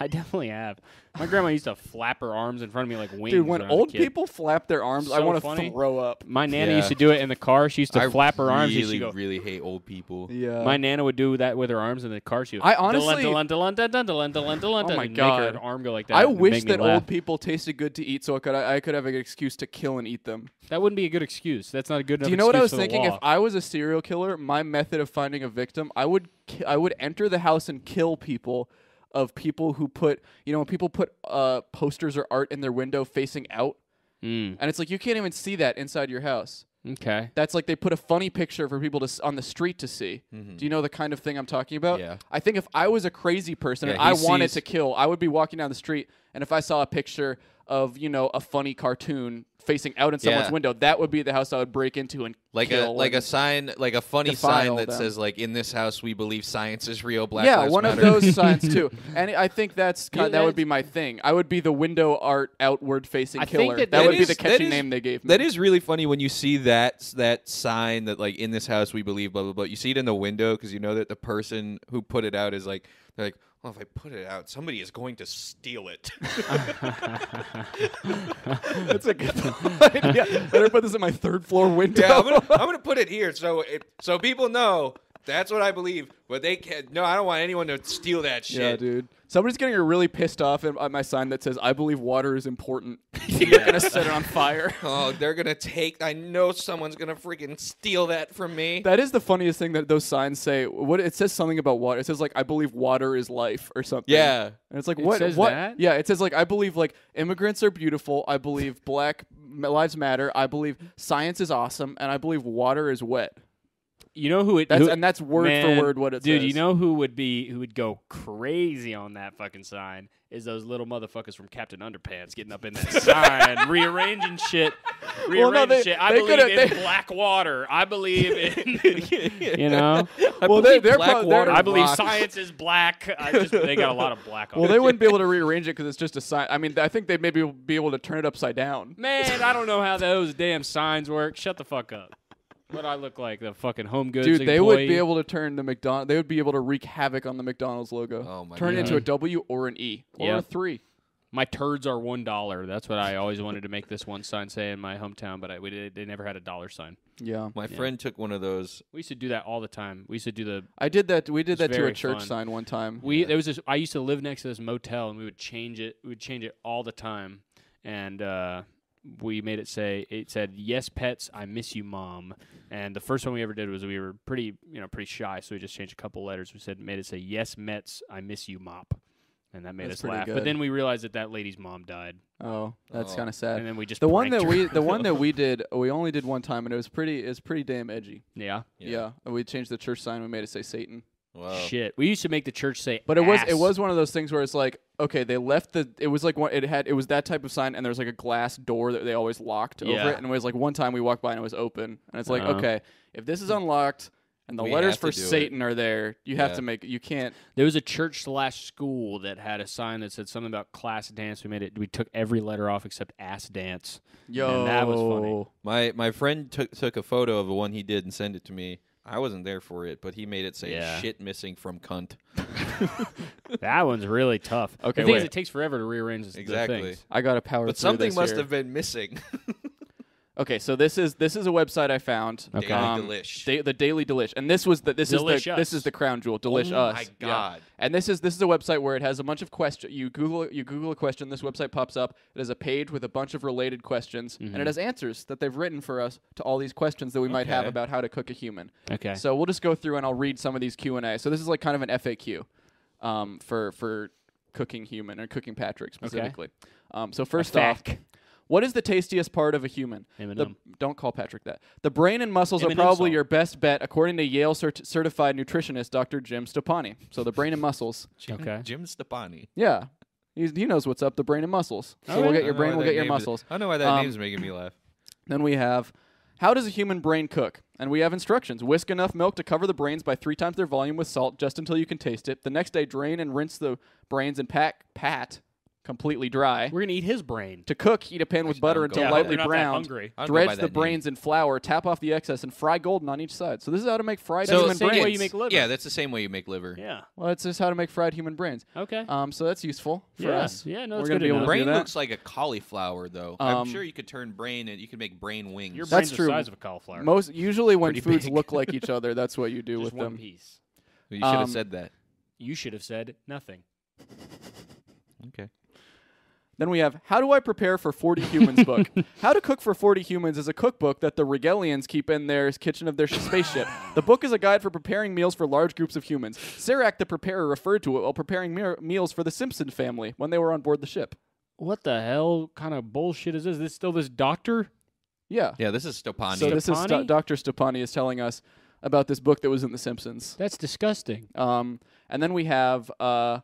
I definitely have. My grandma used to flap her arms in front of me like wings.
Dude, when
I was a
old
kid.
people flap their arms, I
So
want
funny.
to throw up.
my nana
Yeah.
used to do it in the car. She used to
I
flap her arms. and
Really,
she'd go.
really hate old people.
Yeah.
my nana would do that with her arms in the car. She. Would,
I
"Dun,
honestly-
dun, dun, dun, dun, dun, dun, dun, dun,"
Oh
and
my
make
God.
her arm go like that.
I
and
wish
make me
that
laugh.
old people tasted good to eat, so I could I could have an excuse to kill and eat them.
That wouldn't be a good excuse. That's not a good.
Do
enough
you know what I was
excuse for the
thinking? If
law.
I was a serial killer, my method of finding a victim, I would ki- I would enter the house and kill people of people who put you know when people put uh, posters or art in their window facing out,
Mm,
and it's like you can't even see that inside your house.
Hmm, okay.
That's like they put a funny picture for people to s- on the street to see. Do you know the kind of thing I'm talking about?
Mm-hmm. Yeah.
I think if I was a crazy person and
Yeah,
I
he
wanted
sees-
to kill, I would be walking down the street and if I saw a picture of you know a funny cartoon facing out in someone's
Yeah.
window, that would be the house I would break into and
Like a
kill
like a
and-
sign, like a funny
defile
sign that
them.
says like in this house we believe science is real. Black
yeah,
lives
one
matter."
of those signs too. And I think that's ki-
You
that would
guys-
be my thing. I would be the window art outward facing
I think
killer.
that
would be
is-
the catchy
is-
name they gave me.
That is really funny when you see that that sign that like in this house we believe blah blah blah. You see it in the window because you know that the person who put it out is like they're like, well, if I put it out, somebody is going to steal it.
that's a good one. yeah, better put this in my third floor window.
yeah, I'm gonna, I'm gonna put it here so it, so people know that's what I believe. But they can't. No, I don't want anyone to steal that shit.
Yeah, dude. Somebody's getting really pissed off at at my sign that says "I believe water is important." You're gonna set it on fire.
Oh, they're gonna take. I know someone's gonna freaking steal that from me.
That is the funniest thing that those signs say. What it says something about water. It says like "I believe water is life" or something.
yeah.
And it's like what?
says
what?
that?
Yeah, it says like I believe like immigrants are beautiful. I believe black m- lives matter. I believe science is awesome, and I believe water is wet.
You know who it
That's
who-
and that's word
Man,
for word what it
dude,
says.
you know who would be who would go crazy on that fucking sign is those little motherfuckers from Captain Underpants getting up in that sign, rearranging shit. Rearranging
no, they-
shit. I
they
believe
could've-
in
they-
black water. I believe in you know.
well, they, they're
black
prob-
water
they're-
I believe
rocks.
science is black. I just, they got a lot of black on.
Well,
it.
they wouldn't be able to rearrange it because it's just a sign. I mean, I think they'd maybe be able to turn it upside down.
Man, I don't know how those damn signs work. Shut the fuck up. What I look like, the fucking home goods
Dude, they would be
employee?
able to turn the McDonald. They would be able to wreak havoc on the McDonald's logo.
Oh my
turn it
God.
into a W or an E or
Yeah.
a three.
My turds are one dollar. That's what I always wanted to make this one sign say in my hometown, but I, we did, they never had a dollar sign.
Yeah,
My friend took one of those.
We used to do that all the time. We used to do the
I did that. We did
It's
that to a
very
church
fun.
sign one time.
we there was this. I used to live next to this motel, and we would change it. We would change it all the time, and uh, we made it say it said "Yes, pets, I miss you, mom." And the first one we ever did was we were pretty you know pretty shy, so we just changed a couple letters. We said made it say "Yes, Mets, I miss you, mop," and that made
That's
us
pretty
laugh.
good.
But then we realized that that lady's mom died,
oh, that's
Oh.
kind of
and
sad.
then we just
The one
pranked
that we,
her.
the one that we did, we only did one time, and it was pretty. It's pretty damn edgy.
yeah.
Yeah. we changed the church sign. We made it say Satan.
Wow.
Shit, we used to make the church say,
But it was
ass.
it was one of those things where it's like, okay, they left the. It was like one. It had it was that type of sign, and there was like a glass door that they always locked over
Yeah.
it. And it was like one time we walked by and it was open, and it's like,
Uh-huh.
okay, if this is unlocked and the
We
letters
have
for
to do it.
Satan are there. You have
Yeah.
to make. You can't.
There was a church slash school that had a sign that said something about class dance. We made it. We took every letter off except ass dance.
Yo,
And that was funny.
My my friend took took a photo of the one he did and sent it to me. I wasn't there for it, but he made it say
Yeah.
"shit missing from cunt."
That one's really tough.
Okay,
the thing is,
wait.
it takes forever to rearrange this,
Exactly.
the things.
I got to power
But
through
something
this
must
here.
have been missing.
Okay, so this is this is a website I found. Um,
Okay. Daily
Delish.
da- the Daily Delish, and this was the this is
Delish
the
Us.
this is the crown jewel. Delish
Oh
us.
my
Yeah.
God.
And this is this is a website where it has a bunch of questions. You Google you Google a question. This website pops up. It has a page with a bunch of related questions, and
Mm-hmm.
it has answers that they've written for us to all these questions that we might have
Okay.
about how to cook a human.
Okay.
So we'll just go through and I'll read some of these Q and A. So this is like kind of an FAQ, um, for for cooking human or cooking Patrick specifically. Um, so first off.
fac.
What is the tastiest part of a human? The-
M&M.
don't call Patrick that. The brain and muscles are
M&M
probably
song.
your best bet, according to Yale cert- certified nutritionist Dr. Jim Stepani. So the brain and muscles.
Jim,
Okay.
Jim Stepani.
Yeah. He's, he knows what's up. The brain and muscles. So we'll get your brain, we'll get your muscles.
I don't know why that
Um,
name's making me laugh.
Then we have how does a human brain cook? And we have instructions. Whisk enough milk to cover the brains by three times their volume with salt just until you can taste it. The next day, drain and rinse the brains and pack pat completely dry.
We're gonna eat his brain.
To cook, heat a pan with butter
I'm
until
going- Yeah,
lightly
we're not that
browned.
hungry.
I don't go by
Dredge
that
the
name.
brains in flour, tap off the excess, and fry golden on each side. So this is how to make fried
So
human
it's the same way
brains.
you make liver.
Yeah, that's the same way you make liver.
Yeah.
well, it's just how to make fried human brains.
Okay.
Um, so that's useful for
Yeah.
us.
Yeah, no,
we're
that's
gonna
good
be able
to
to
know.
Brain
do that.
looks like a cauliflower, though.
Um,
I'm sure you could turn brain and you could make brain wings.
Your
that's
brain's
true.
the size of a cauliflower.
Most usually when
Pretty
foods
big.
look like each other, that's what you do
Just
with
one
them.
piece.
you should have
um,
said that.
You should have said nothing.
Okay.
Then we have How Do I Prepare for 40 Humans book. How to Cook for 40 Humans is a cookbook that the Regalians keep in their kitchen of their sh- spaceship. the book is a guide for preparing meals for large groups of humans. Serac the Preparer referred to it while preparing mir- meals for the Simpson family when they were on board the ship.
What the hell kind of bullshit is this? This still this doctor?
Yeah.
Yeah, this is Stepani.
So this is St-
Stepani?
Dr. Stepani is telling us about this book that was in The Simpsons.
That's disgusting.
Um, and then we have uh,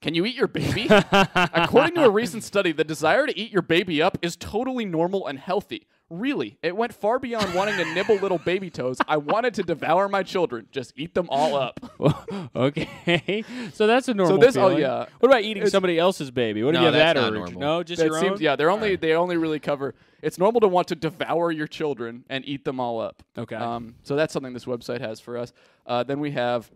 Can you eat your baby? According to a recent study, the desire to eat your baby up is totally normal and healthy. Really, it went far beyond wanting to nibble little baby toes. I wanted to devour my children. Just eat them all up.
okay, so that's a normal.
this- oh,
feeling.
yeah.
What about eating
It's-
somebody else's baby? What
No,
if you have
that's
that
not
urge?
normal.
No, just
That
your
seems,
own.
yeah, they're only they only really cover. It's normal to want to devour your children and eat them all up.
Okay.
Um, so that's something this website has for us. Uh, then we have,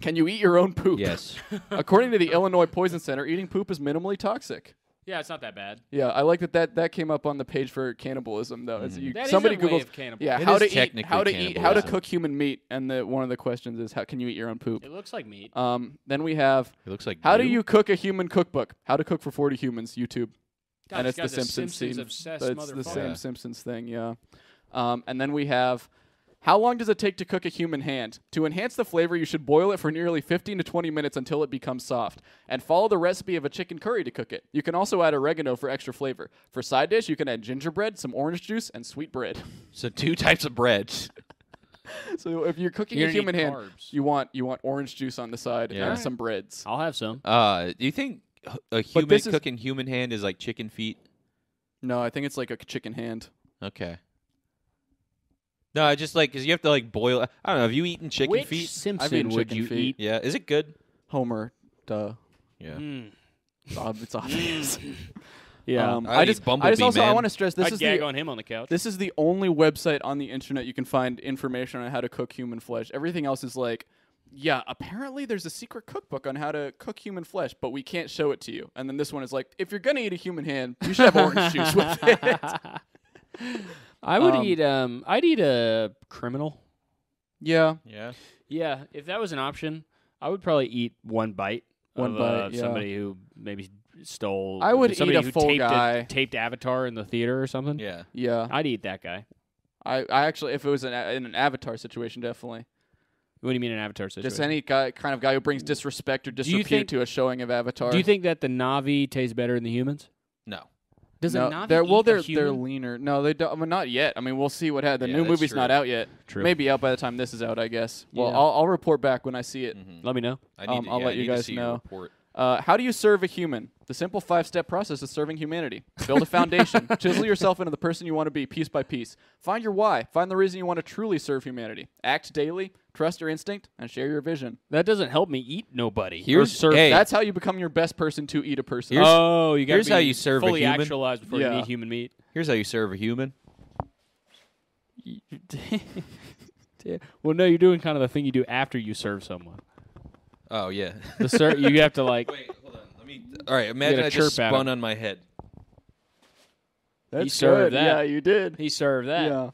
can you eat your own poop?
yes.
According to the Illinois Poison Center, eating poop is minimally toxic.
yeah, it's not that bad.
Yeah, I like that, that that came up on the page for cannibalism though. It's- you-
Mm-hmm. That is
somebody
a way
Googles
of cannibalism.
yeah
It
how
is
to eat
technically
how to eat how to
cannibalism.
cook human meat, and the one of the questions is how can you eat your own poop?
It looks like meat.
Um, then we have
It looks like.
how do you cook a human cookbook? How to cook for forty humans YouTube,
God,
and it's
this
the
guy's a
Simpsons,
Simpsons
scene.
obsessed
That's the
motherfucker.
same
Yeah.
Simpsons thing, yeah. Um, and then we have. How long does it take to cook a human hand? To enhance the flavor, you should boil it for nearly 15 to 20 minutes until it becomes soft, and follow the recipe of a chicken curry to cook it. You can also add oregano for extra flavor. For side dish, you can add gingerbread, some orange juice, and sweet bread.
So two types of bread.
So if you're cooking
You're
a
gonna
human
need
hand,
carbs.
you want you want orange juice on the side
Yeah.
and some breads.
I'll have some.
Uh, do you think h- a human
this is-
cooking human hand is like chicken feet?
No, I think it's like a chicken hand.
Okay. No, I just like because you have to like boil. I don't know. Have you eaten chicken
Which
feet?
I've
Simpson
eaten
would
chicken
you
feet.
Yeah. Is it good?
Homer, duh,
Yeah.
Mm. It's ob- it's obvious.
eat? Yeah,
Um,
I'd
I
eat
just I
Bumblebee,
just also I
man.
want to stress this
I'd
is
gag
the
on him on the couch.
this is the only website on the internet you can find information on how to cook human flesh. Everything else is like. Yeah, apparently there's a secret cookbook on how to cook human flesh, but we can't show it to you. And then this one is like, if you're gonna eat a human hand, you should have orange juice with it.
I would
um,
eat. Um, I'd eat a criminal.
Yeah,
Yeah.
Yeah, if that was an option, I would probably eat one bite.
One
of,
bite,
uh,
yeah.
somebody who maybe stole.
I would eat
somebody
a
who
full
taped
guy.
taped Avatar in the theater or something.
Yeah.
yeah.
I'd eat that guy.
I, I actually, if it was an, a- in an avatar situation, definitely.
What do you mean an Avatar situation?
Just any guy, kind of guy who brings disrespect or
you
disrepute
think-
to a showing of avatar.
Do you think that the Navi tastes better than the humans?
No.
Does
no,
a Navi
they're, well,
eat a
they're they're
human?
leaner. No, they don't. I mean, not yet. I mean, we'll see what happens. The
Yeah,
new
that's
movie's
true.
not out yet.
True.
Maybe out by the time this is out, I guess. Well,
Yeah.
I'll, I'll report back when I see it.
Mm-hmm.
Let me know.
I need
Um,
to,
I'll
yeah,
let
I
you
need to
guys
see your
know.
report.
Uh, how do you serve a human? The simple five step process is serving humanity. Build a foundation. Chisel yourself into the person you want to be piece by piece. Find your why. Find the reason you want to truly serve humanity. Act daily. Trust your instinct and share your vision.
That doesn't help me eat nobody. or
Here's-
serve-
hey,
That's how you become your best person to eat a person.
Here's-
oh, you gotta
here's
be
how you serve a
fully
human.
actualized before you
Yeah.
eat human meat.
Here's how you serve a human.
well, no, you're doing kind of the thing you do after you serve someone.
Oh yeah.
The ser- you have to like
Wait, hold on. Let me. All right. Imagine
gotta
I just
chirp at
spun
him.
on my head.
Oh, That's
You served
good.
that.
Yeah, you did.
he served that.
Yeah.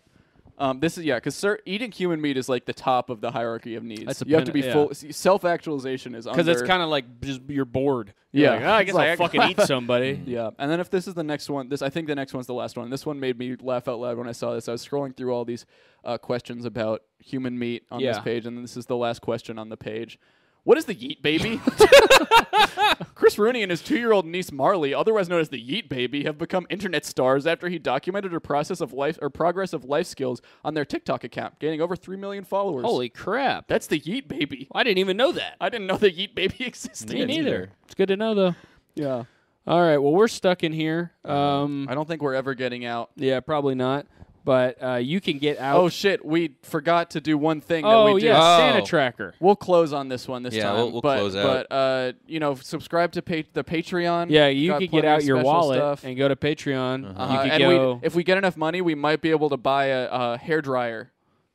Um, this is yeah, because sir, eating human meat is like the top of the hierarchy of needs.
That's a
you have to be
pin-
full. Self actualization is
Because
because
it's kind of like just you're bored.
Yeah.
You're like, "Ah, I
It's
guess
like,
I'll
I-
fucking eat somebody.
Yeah, and then if this is the next one, this I think the next one's the last one. This one made me laugh out loud when I saw this. I was scrolling through all these uh, questions about human meat on this
Yeah.
page, and this is the last question on the page. What is the Yeet Baby? Chris Rooney and his two-year-old niece Marley, otherwise known as the Yeet Baby, have become internet stars after he documented her process of life or progress of life skills on their TikTok account, gaining over three million followers.
Holy crap!
that's the Yeet Baby.
I didn't even know that.
I didn't know the Yeet Baby existed.
Me neither. It's good to know though.
Yeah,
All right, well we're stuck in here. Um,
Uh, I don't think we're ever getting out.
yeah, probably not. But uh, you can get out.
Oh shit, we forgot to do one thing that
Oh,
we do.
yeah, Santa
Oh.
Tracker.
We'll close on this one this
Yeah,
time.
we'll- we'll
but,
close out.
But uh, you know, subscribe to pa- the Patreon.
Yeah, you
Got
could get
plenty of
out your
special
wallet
stuff.
and go to Patreon.
Uh-huh.
Uh,
You could
and
go
we, if we get enough money, we might be able to buy a, a hair dryer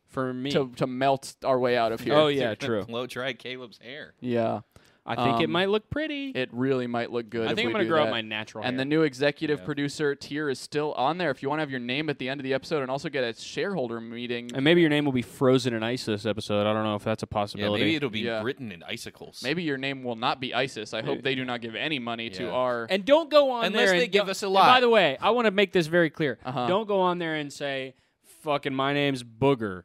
for me.
to, to melt our way out of here.
oh yeah, true.
Blow dry Caleb's hair.
yeah.
I think it
Um,
might look pretty.
It really might look good.
I
if we
think I'm gonna
do
grow out
that.
my natural
And
hair.
the new executive producer tier is still on there. If you want to have your name at the end of the episode, and also get a shareholder meeting,
and maybe your name will be frozen in ice this episode. I don't know if that's a
Yeah,
possibility.
maybe it'll be
Yeah.
written in icicles.
maybe your name will not be ISIS. I
Uh,
hope they do not give any money to
Yeah.
our.
And don't go on
Unless
there
they
and
give
don't-
us a
and
lot.
by the way, I want to make this very clear.
Uh-huh.
Don't go on there and say, "Fucking my name's Booger."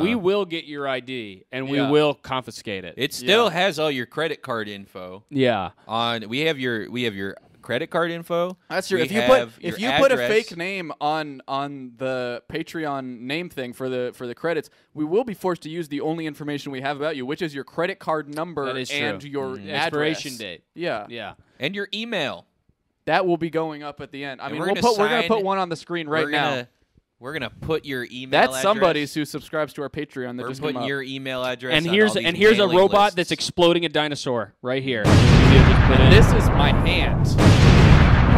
We will get your ID and we
Yeah.
will confiscate it.
It still has all your credit card info
yeah,
on. We have your we have your credit card info.
That's true.
We
If you put
have
if you
your
put a
address.
fake name on on the Patreon name thing for the for the credits, we will be forced to use the only information we have about you, which is your credit card number
That is true. Mm-hmm.
and your address.
expiration date.
Yeah.
Yeah,
and your email
that will be going up at the end. I mean,
we're
we'll
gonna
put we're gonna
sign-
put one on the screen right
we're
now.
Gonna, we're gonna put your email.
That's
address.
somebody's who subscribes to our Patreon that
We're
just came
putting
up.
your email address.
and
on
here's
all these
and here's a
mailing
robot
lists.
that's exploding a dinosaur right here. You just put it in.
This is my hand.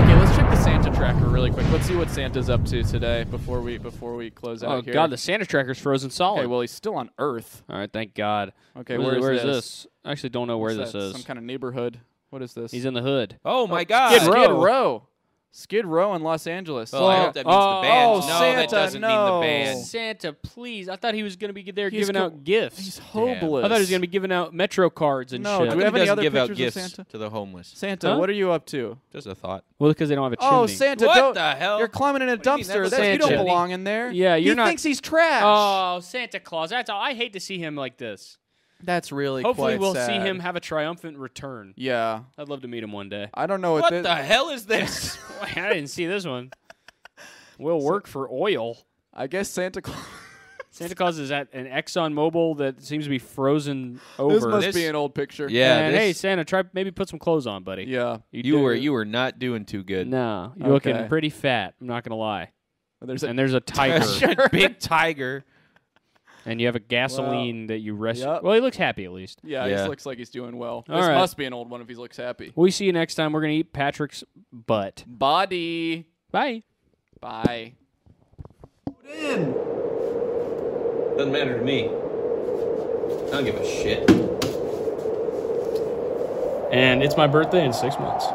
Okay, let's check the Santa tracker really quick. Let's see what Santa's up to today before we before we close out
oh
here.
god, the Santa tracker's frozen solid.
okay, well he's still on Earth.
All right, thank God.
Okay,
Where-
where is
where is
this?
this? I actually don't know where
Is
this
that
is.
Some kind of neighborhood. What is this? Ah,
He's in the hood.
Oh my god.
Skid Row.
Skid
Skid
Row.
Row. Skid Row in Los Angeles.
Well, I hope that means
Oh,
the band.
oh,
no, that
Santa,
doesn't
no.
mean the
Santa, please! I thought he was gonna be there
He's
giving
go-
out gifts.
He's
hopeless.
hopeless.
I thought he was gonna be giving out Metro cards and
No,
shit.
do
band.
we have
He
any
doesn't
other
give out
pictures of
gifts
Santa?
to the homeless.
Santa,
Huh?
what are you up to?
Just a thought.
Well, because they don't have a chimney.
Oh, Santa,
What
don't,
the hell?
You're climbing in a
do you mean,
dumpster.
that's
That, you
Santa.
don't belong in there.
Yeah, you're
he
not-
thinks he's trash.
Oh, Santa Claus! That's all. I hate to see him like this.
That's really
Hopefully,
quite
we'll see
sad.
him have a triumphant return.
Yeah.
I'd love to meet him one day.
I don't know what,
What
thi-
the hell is this?
Wait, I didn't see this one. Will work for oil.
I guess Santa Claus.
Santa Claus is at an Exxon Mobil that seems to be frozen over.
this must
This-
be an old picture.
yeah.
and hey,
this,
Santa, try maybe put some clothes on, buddy.
Yeah.
you
do-
were you were not doing too good.
No, you're
Okay.
looking pretty fat. I'm not gonna lie.
There's a
And there's a tiger,
Big tiger.
and you have a gasoline that you rest.
Yep.
Well, he looks happy at least.
yeah,
Yeah.
he looks like he's doing well.
All
this
right.
must be an old one if he looks happy.
We see you next time. We're gonna eat Patrick's butt.
Body.
Bye.
Bye.
Load in.
Doesn't matter to me. I don't give a shit.
And it's my birthday in six months.